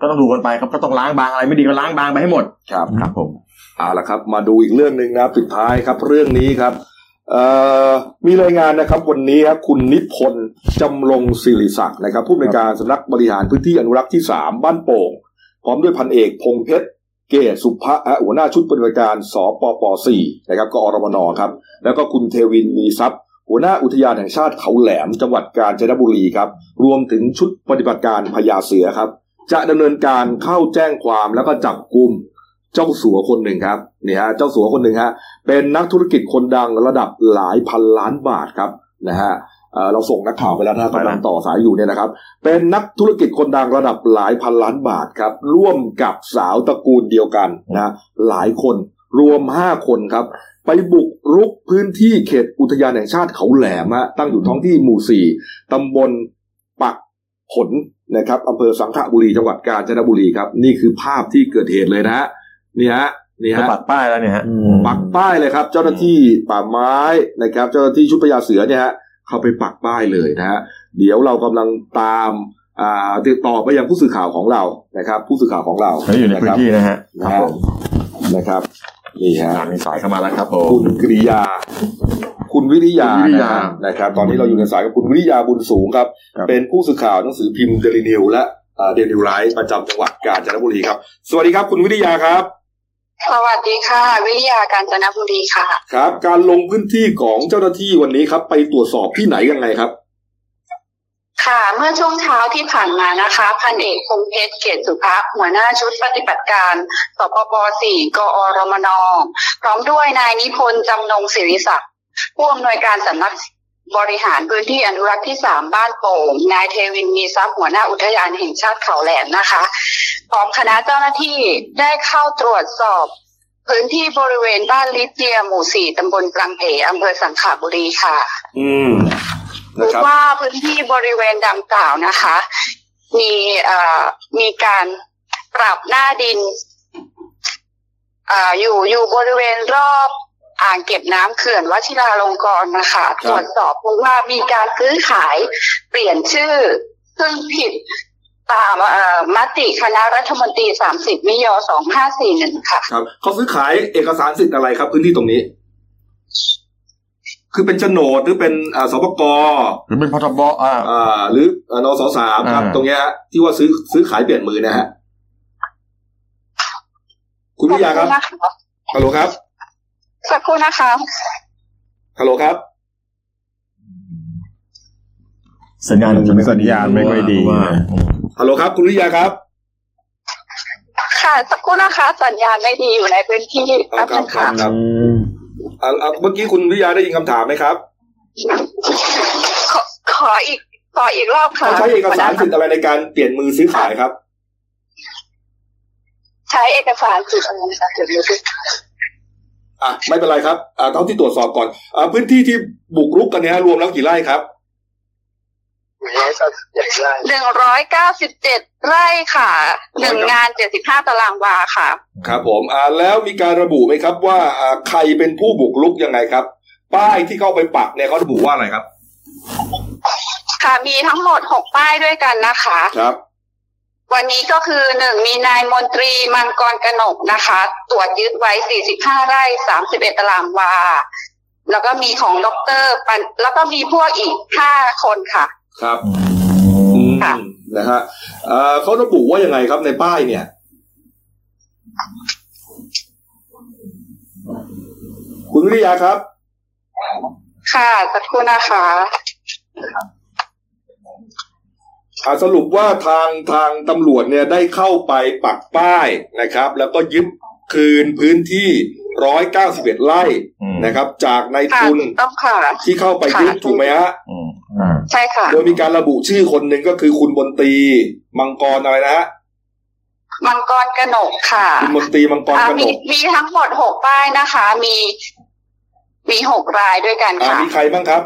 ก็ต้องดูกันไปครับก็ต้องล้างบางอะไรไม่ดีก็ล้างบางไปให้หมด ครับ ครับผม เอาละครับมาดูอีกเรื่องหนึ่งนะครับปิดท้ายครับเรื่องนี้ครับเอ่อมีรายงานนะครับวันนี้ครับคุณนิพนธ์จำลงศิริศักดิ์นะครับผู้อำนวยการสำนักบริหารพื้นที่อนุรักษ์ที่ 3 บ้านโป่ง พร้อมด้วยพันเอกพงเพชรเกศสุภะฮะหัวหน้าชุดปฏิบัติการสปป 4 นะครับกอรมนครับ แล้วก็คุณเทวินมีทรัพย์ หัวหน้าอุทยานแห่งชาติเขาแหลมจังหวัดกาญจนบุรีครับ รวมถึงชุดปฏิบัติการพญาเสือครับ จะดำเนินการเข้าแจ้งความแล้วก็จับกลุ่มเจ้าสัวคนหนึ่งครับนี่ฮะเจ้าสัวคนหนึ่งฮะเป็นนักธุรกิจคนดังระดับหลายพันล้านบาทครับนะฮะเอ่อเราส่งนักข่าวไปแล้วนะกำลังต่อสายอยู่เนี่ยนะครับ เป็นนักธุรกิจคนดังระดับหลายพันล้านบาทครับ ร่วมกับสาวตระกูลเดียวกันนะหลายคนรวมห้าคนครับ ไปบุกรุกพื้นที่เขตอุทยานแห่งชาติเขาแหลมฮะตั้งอยู่ท้องที่หมู่สี่ตำบลปักผลนะครับอำเภอสังขบุรีจังหวัดกาญจนบุรีครับ นี่คือภาพที่เกิดเหตุเลยนะฮะนี่ฮะนี่ จะ ฮะ ปักป้ายแล้วเนี่ยฮะ ปักป้ายเลยครับ เจ้าหน้าที่ป่าไม้นะครับ เจ้าหน้าที่ชุดพญาเสือเนี่ยฮะเข้าไปปักป้ายเลยนะฮะเดี๋ยวเรากำลังตามอ่าติดต่อไปยังผู้สื่อข่าวของเรานะครับ ผู้สื่อข่าวของเรา เขาอยู่ในะคพื้น รับ ที่นะฮะ นะฮะนะครับนี่ฮะ อ่ะมีสายเข้ามาแล้วครับผม คุณกริยา คุณวิริยา คุณวิริคยารับนะครับ ตอนนี้เราอยู่ในสายกับคุณวิริยาบุญสูงครับ ครับ เป็นผู้สื่อข่าวหนังสือพิมพ์เดลินิวและเดลิวไลท์ประจำจังหวัดกาญจนบุรีครับ สวัสดีครับ คุณวิริยาครับ สวัสดีค่ะ วิริยาการจนบุรีค่ะ ครับ การลงพื้นที่ของเจ้าหน้าที่วันนี้ครับ ไปตรวจสอบที่ไหนยังไงครับ ค่ะ เมื่อช่วงเช้าที่ผ่านมานะคะ พันเอกพงเพชรเกศสุภะหัวหน้าชุดปฏิบัติการสปป 4 กอรมนพร้อมด้วยนายนิพนธ์จำนงศิริศักดิ์ ผู้อำนวยการสำนักบริหารพื้นที่อนุรักษ์ที่สามบ้านโป่งนายเทวินมีทรัพย์หัวหน้าอุทยานแห่งชาติเขาแหลมนะคะ พร้อมคณะเจ้าหน้าที่ได้เข้าตรวจสอบ พื้นที่บริเวณบ้านลิเจียหมู่สี่ตำบลกลังเพอำเภอสังขบุรีค่ะ อืม พ นะ บ ครับ ว่าพื้นที่บริเวณดังกล่าวนะคะ มีเอ่อมีการปรับหน้าดินเอ่ออยู่อยู่บริเวณรอบอ่างเก็บน้ำเขื่อนวชิราลงกรณ์นะคะ ครับ ตรวจสอบพบว่ามีการซื้อขายเปลี่ยนชื่อ ซึ่งผิดตามเอ่อมติคณะรัฐมนตรี 30 มิยอ2541 ค่ะ ครับเขาซื้อขายเอกสารสิทธิ์อะไรครับ พื้นที่ตรงนี้ คือเป็นโฉนดหรือเป็นอ่าสปก หรือเป็นพทบอ่า อ่าหรืออ่านสสามครับ อ่า ตรงเนี้ยฮะที่ว่าซื้อซื้อขายเปลี่ยนมือนะฮะคุณวิทยาครับ สักครู่นะคะ ฮัลโหลครับ สักครู่นะคะ ฮัลโหลครับ สัญญาณจะไม่ค่อยดี สัญญาณไม่ค่อยดี ว่า ฮัลโหลครับ คุณวิทยาครับ ค่ะสักครู่นะคะ สัญญาณไม่ดีอยู่ในพื้นที่แป๊บนึงค่ะ ครับ อ่าอ่าเมื่อกี้คุณวิทยาได้ยินคำถามไหมครับ ขอขออีกขออีกรอบค่ะ เขาใช้เอกสารสิทธิ์อะไรในการเปลี่ยนมือซื้อขายครับ ใช้เอกสารสิทธิ์อะไรนะคะเดี๋ยวดูสิ อ่ะไม่เป็นไรครับอ่าเท่าที่ตรวจสอบก่อนอ่าพื้นที่ที่บุกรุกกันเนี่ยฮะรวมแล้วกี่ไร่ครับ หนึ่งร้อยเก้าสิบเจ็ดไร่ค่ะหนึ่งงานเจ็ดสิบห้าตารางวาค่ะ ครับผมอ่าแล้วมีการระบุไหมครับว่าอ่าใครเป็นผู้บุกรุกยังไงครับ ป้ายที่เข้าไปปักเนี่ยเขาระบุว่าอะไรครับ ค่ะมีทั้งหมดหกป้ายด้วยกันนะคะ ครับ วันนี้ก็คือหนึ่งมีนายมนตรีมังกรกนกนะคะ ตรวจยึดไว้สี่สิบห้าไร่สามสิบเอ็ดตารางวา แล้วก็มีของด็อกเตอร์ปันแล้วก็มีพวกอีกห้าคนค่ะ ครับ อืม ค่ะ นะฮะอ่าเขาระบุว่ายังไงครับในป้ายเนี่ย คุณวิทยาครับ ค่ะสักครู่นะคะ อ่าสรุปว่าทางทางตำรวจเนี่ยได้เข้าไปปักป้ายนะครับ แล้วก็ยึดคืนพื้นที่ 191 ไร่ อืม นะครับ จากในาย ค่ะ ทุน ถูกต้องค่ะ ที่เข้าไปยึดถูกไหมฮะ อืมอ่า ใช่ค่ะ โดยมีการระบุชื่อคนหนึ่งก็คือคุณบนตรีมังกรอะไรนะฮะ มังกรกนกค่ะ คุณบนตรีมังกร อ่าก น มี ก มีทั้งหมดหกป้ายนะคะ มี มีหกรายด้วยกัน อ่า ค่ะ มีใครบ้างครับ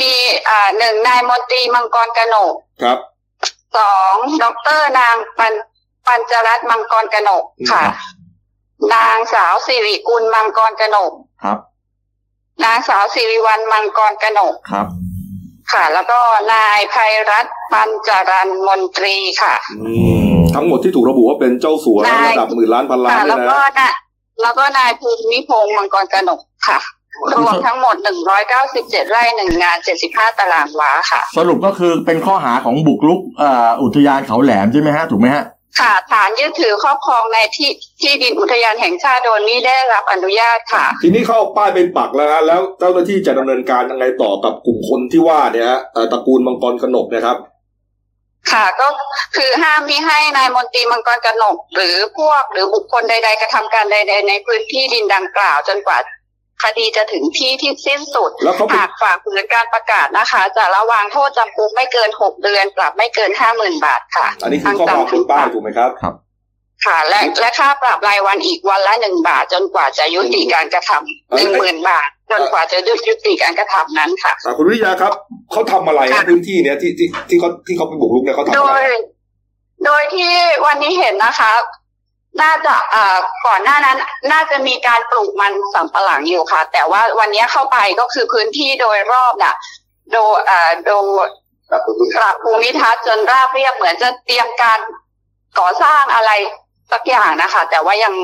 มีอ่าหนึ่งนายมนตรีมังกรกนก ครับ สองดอกเตอร์นางปันปัญจรัตน์มังกรกนกค่ะ นางสาวสิริกุลมังกรกนก ครับ นางสาวสิริวัลมังกรกนก ครับ ค่ะ แล้วก็นายภัยรัตน์ปัญจรันมนตรีค่ะ ม ทั้งหมดที่ถูกระบุว่าเป็นเจ้าสัว ได้ ระดับหมื่นล้านพันล้าน ค่ะ เนี่ยแล้วก็ นะ นะแล้วก็นายภูมิพงษ์มังกรกนกค่ะ รวมทั้งหมด 197 ไร่หนึ่งงาน 75 ตารางวาค่ะ สรุปก็คือเป็นข้อหาของบุกรุกเอ่ออุทยานเขาแหลมใช่ไหมฮะถูกไหมฮะ ค่ะฐานยึดถือครอบครองในที่ที่ดินอุทยานแห่งชาติโดยไม่ได้รับอนุญาตค่ะ ทีนี้เข้าป้ายไปปักแล้วฮะแล้วเจ้าหน้าที่จะดำเนินการยังไงต่อกับกลุ่มคนที่ว่าเนี่ยฮะเอ่อตระกูลมังกรกนกเนะครับ ค่ะ ก็คือห้ามมิให้นายมนตรีมังกรกนก หรือพวกหรือบุคคลใด ๆ กระทำการใด ๆ ในพื้นที่ดินดังกล่าว จนกว่าคดีจะถึงที่ที่สิ้นสุด แล้วเขาไป หากฝ่าฝืนการประกาศนะคะ จะระวางโทษจำคุกไม่เกิน 6 เดือน ปรับไม่เกิน 50,000 บาทค่ะ อันนี้คือข้อความคุณป้าถูกไหมครับ ค่ะ และและค่าปรับรายวันอีกวันละ 1 บาท จนกว่าจะยุติการกระทำ เอ้ย หนึ่งหมื่นบาท จนกว่าจะยุติการกระทำนั้นค่ะ อ่าคุณวิทยาครับเขาทำอะไรฮะพื้นที่เนี่ยที่ที่ที่เขาที่เขาไปบุกรุกเนี่ยเขาทำ โด อะไร ย โดยที่วันนี้เห็นนะคะ น่าจะเอ่อก่อนหน้านั้น น่าจะมีการปลูกมันสำปะหลังอยู่ค่ะ แต่ว่าวันนี้เข้าไปก็คือพื้นที่โดยรอบน่ะ โดยเอ่อโดยปรับภูมิทัศน์จนราบเรียบเหมือนจะเตรียมการก่อสร้างอะไรสักอย่างนะคะ แต่ว่ายัง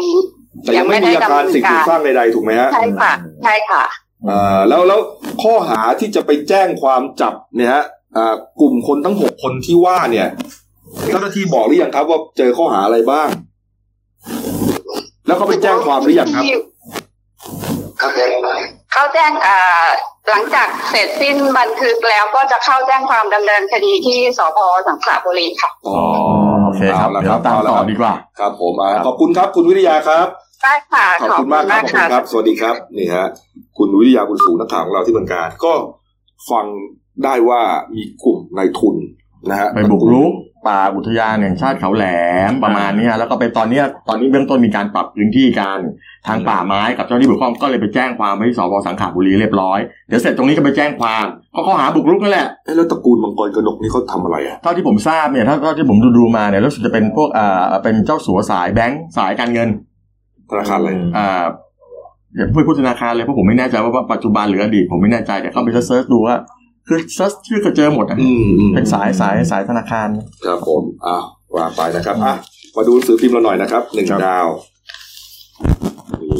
แต่ยังไม่มีอาการสิ่งปลูกสร้างใดๆถูกไหมฮะ ใช่ค่ะใช่ค่ะ อ่าแล้วแล้วข้อหาที่จะไปแจ้งความจับเนี่ยฮะอ่ากลุ่มคนทั้งหกคนที่ว่าเนี่ยเจ้าหน้าที่บอกหรือยังครับ ว่าเจอข้อหาอะไรบ้าง แล้วเขาไปแจ้งความหรือยังครับ เข้าแจ้งอ่าหลังจากเสร็จสิ้นบันทึกแล้วก็จะเข้าแจ้งความดำเนินคดีที่สพสังขละบุรีค่ะ อ๋อ โอเคครับ าละ เดี๋ยวตาม เละ ต่อดีกว่า ครับผมอ่าขอบคุณครับคุณวิทยาครับ ได้ค่ะ ขอบคุณมากครับขอบคุณครับ สวัสดีครับนี่ฮะคุณวิทยาคุณสูงนักข่าวของเราที่เมืองการ ก็ฟังได้ว่ามีกลุ่มนายทุนนะฮะ ไปบุกรุกป่าอุทยานแห่งชาติเขาแหลมประมาณเนี้ยแล้วก็ไปตอนเนี้ยตอนนี้เบื้องต้นมีการปรับพื้นที่การทางป่าไม้กับเจ้าหน้าที่ปกครองก็เลยไปแจ้งความไว้ที่สพสังขบุรีเรียบร้อยเดี๋ยวเสร็จตรงนี้ก็ไปแจ้งความก็ข้อหาบุกรุกนั่นแหละ เอ๊ะแล้วตระกูลมังกรกนกนี่เขาทำอะไรอ่ะ เท่าที่ผมทราบเนี่ยเท่าเท่าที่ผมดูดูๆมาเนี่ยรู้สึกจะเป็นพวกเอ่อเป็นเจ้าสัวสายแบงก์สายการเงิน ธนาคารอะไร เอ่ออย่าพูดพูดธนาคารเลยเพราะผมไม่แน่ใจว่าว่าปัจจุบันหรืออดีตผมไม่แน่ใจแต่เข้าไปเซิร์ชดูว่าคือเซิร์ชชื่อก็เจอหมดอะ อืมอืม เป็นสายสายสายธนาคาร ครับผมอ่ะวางไปนะครับอ่ะมาดูหนังสือพิมพ์เราหน่อยนะครับหนึ่ง ครับ ดาวนี่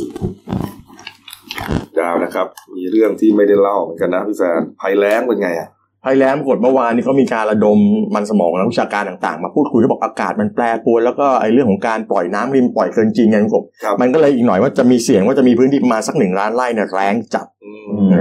ดาวนะครับ มีเรื่องที่ไม่ได้เล่าเหมือนกันนะพี่แฟนภัยแล้งเป็นไงอ่ะ ภัยแล้งปรากฏเมื่อวานนี้ก็มีการระดมมันสมองนักวิชาการต่างๆ มาพูดคุยเขาบอกอากาศมันแปรปรวนแล้วก็ไอ้เรื่องของการปล่อยน้ำริมปล่อยเกินจริงไงคุณกบ ครับ มันก็เลยอีกหน่อยว่าจะมีเสียงว่าจะมีพื้นที่ประมาณสักหนึ่งล้านไร่เนี่ยแรงจัด อื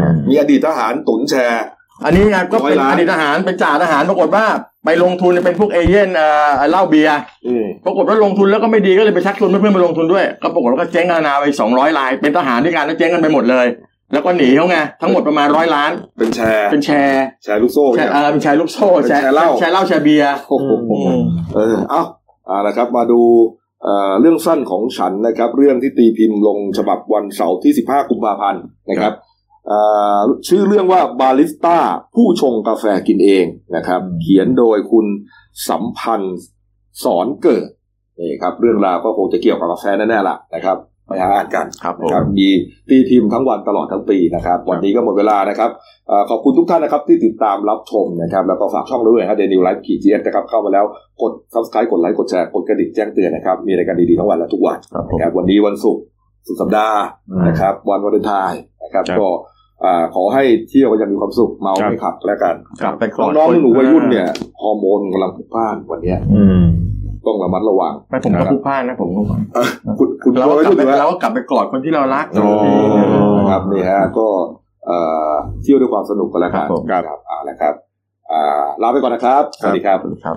มมีอดีตทหารตุนแชร์ อันนี้ไงก็เป็ร้นอยล้าน อดีตทหารเป็นจ่าทหารปรากฏว่าไปลงทุนเป็นพวกเอเย่นเอ่อเหล้าเบียร์ อืม ปรากฏว่าลงทุนแล้วก็ไม่ดีก็เลยไปชักชวนเพื่อนๆมาลงทุนด้วย ก็ปรากฏว่าก็เจ๊งกันนาไปสองร้อยลาย เป็นทหารด้วยกันแล้วเจ๊งกันไปหมดเลย แล้วก็หนีเขาไงทั้งหมดประมาณร้อยล้าน เป็นแชร์ เป็นแชร์ แชร์ลูกโซ่ แช เนี่ย ร์เอ่อเป็นแชร์ลูกโซ่แชร์ เป็นแชร์เหล้า แชร์เหล้าแชร์เบียร์ โอ้โห อืม เออเอาเอาละครับ มาดูเอ่อเรื่องสั้นของฉันนะครับ เรื่องที่ตีพิมพ์ลงฉบับวันเสาร์ที่ 15 กุมภาพันธ์นะครับเอ่อชื่อเรื่องว่าบาริสต้าผู้ชงกาแฟกินเองนะครับ เขียนโดยคุณสัมพันธ์สอนเกิดนี่ครับ เรื่องราวก็คงจะเกี่ยวกับกาแฟแน่ๆล่ะนะครับไปหาอ่านกัน ครับผม นะครับมีตีพิมพ์ทั้งวันตลอดทั้งปีนะครับ วันนี้ก็หมดเวลานะครับเอ่อขอบคุณทุกท่านนะครับที่ติดตามรับชมนะครับ แล้วก็ฝากช่องเราด้วยนะครับเดนิวไลฟ์ขีดจีเอสนะครับเข้ามาแล้วกด subscribe กดไลค์กดแชร์กดกระดิ่งแจ้งเตือนนะครับ มีรายการดีๆทั้งวันและทุกวัน ครับผม นะครับวันนี้วันศุกร์สุดสัปดาห์นะครับ วันวันเลนไทายนะครับ ครับ ก็อ่าขอให้เที่ยวกันอย่างมีความสุขเมา ครับ ไม่ขับแล้วกัน กลับไปก่อน น้องๆหนูๆวัยรุ่นเนี่ยฮอร์โมนกำลังพลุกพล่านวันเนี้ย อืม ต้องระมัดระวัง ไม่ผมก็พูดพลาดนะผมก็หวัง คุณคุณ เราก็ วัย กลับ รุ่น ไป เหรอ เราก็กลับไปกอดคนที่เรารัก โอ้นะครับนี่ฮะก็เอ่อเที่ยวด้วยความสนุกกันแล้วกัน ครับผม ครับเอาละครับอ่าลาไปก่อนนะครับ สวัสดีครับ ครับ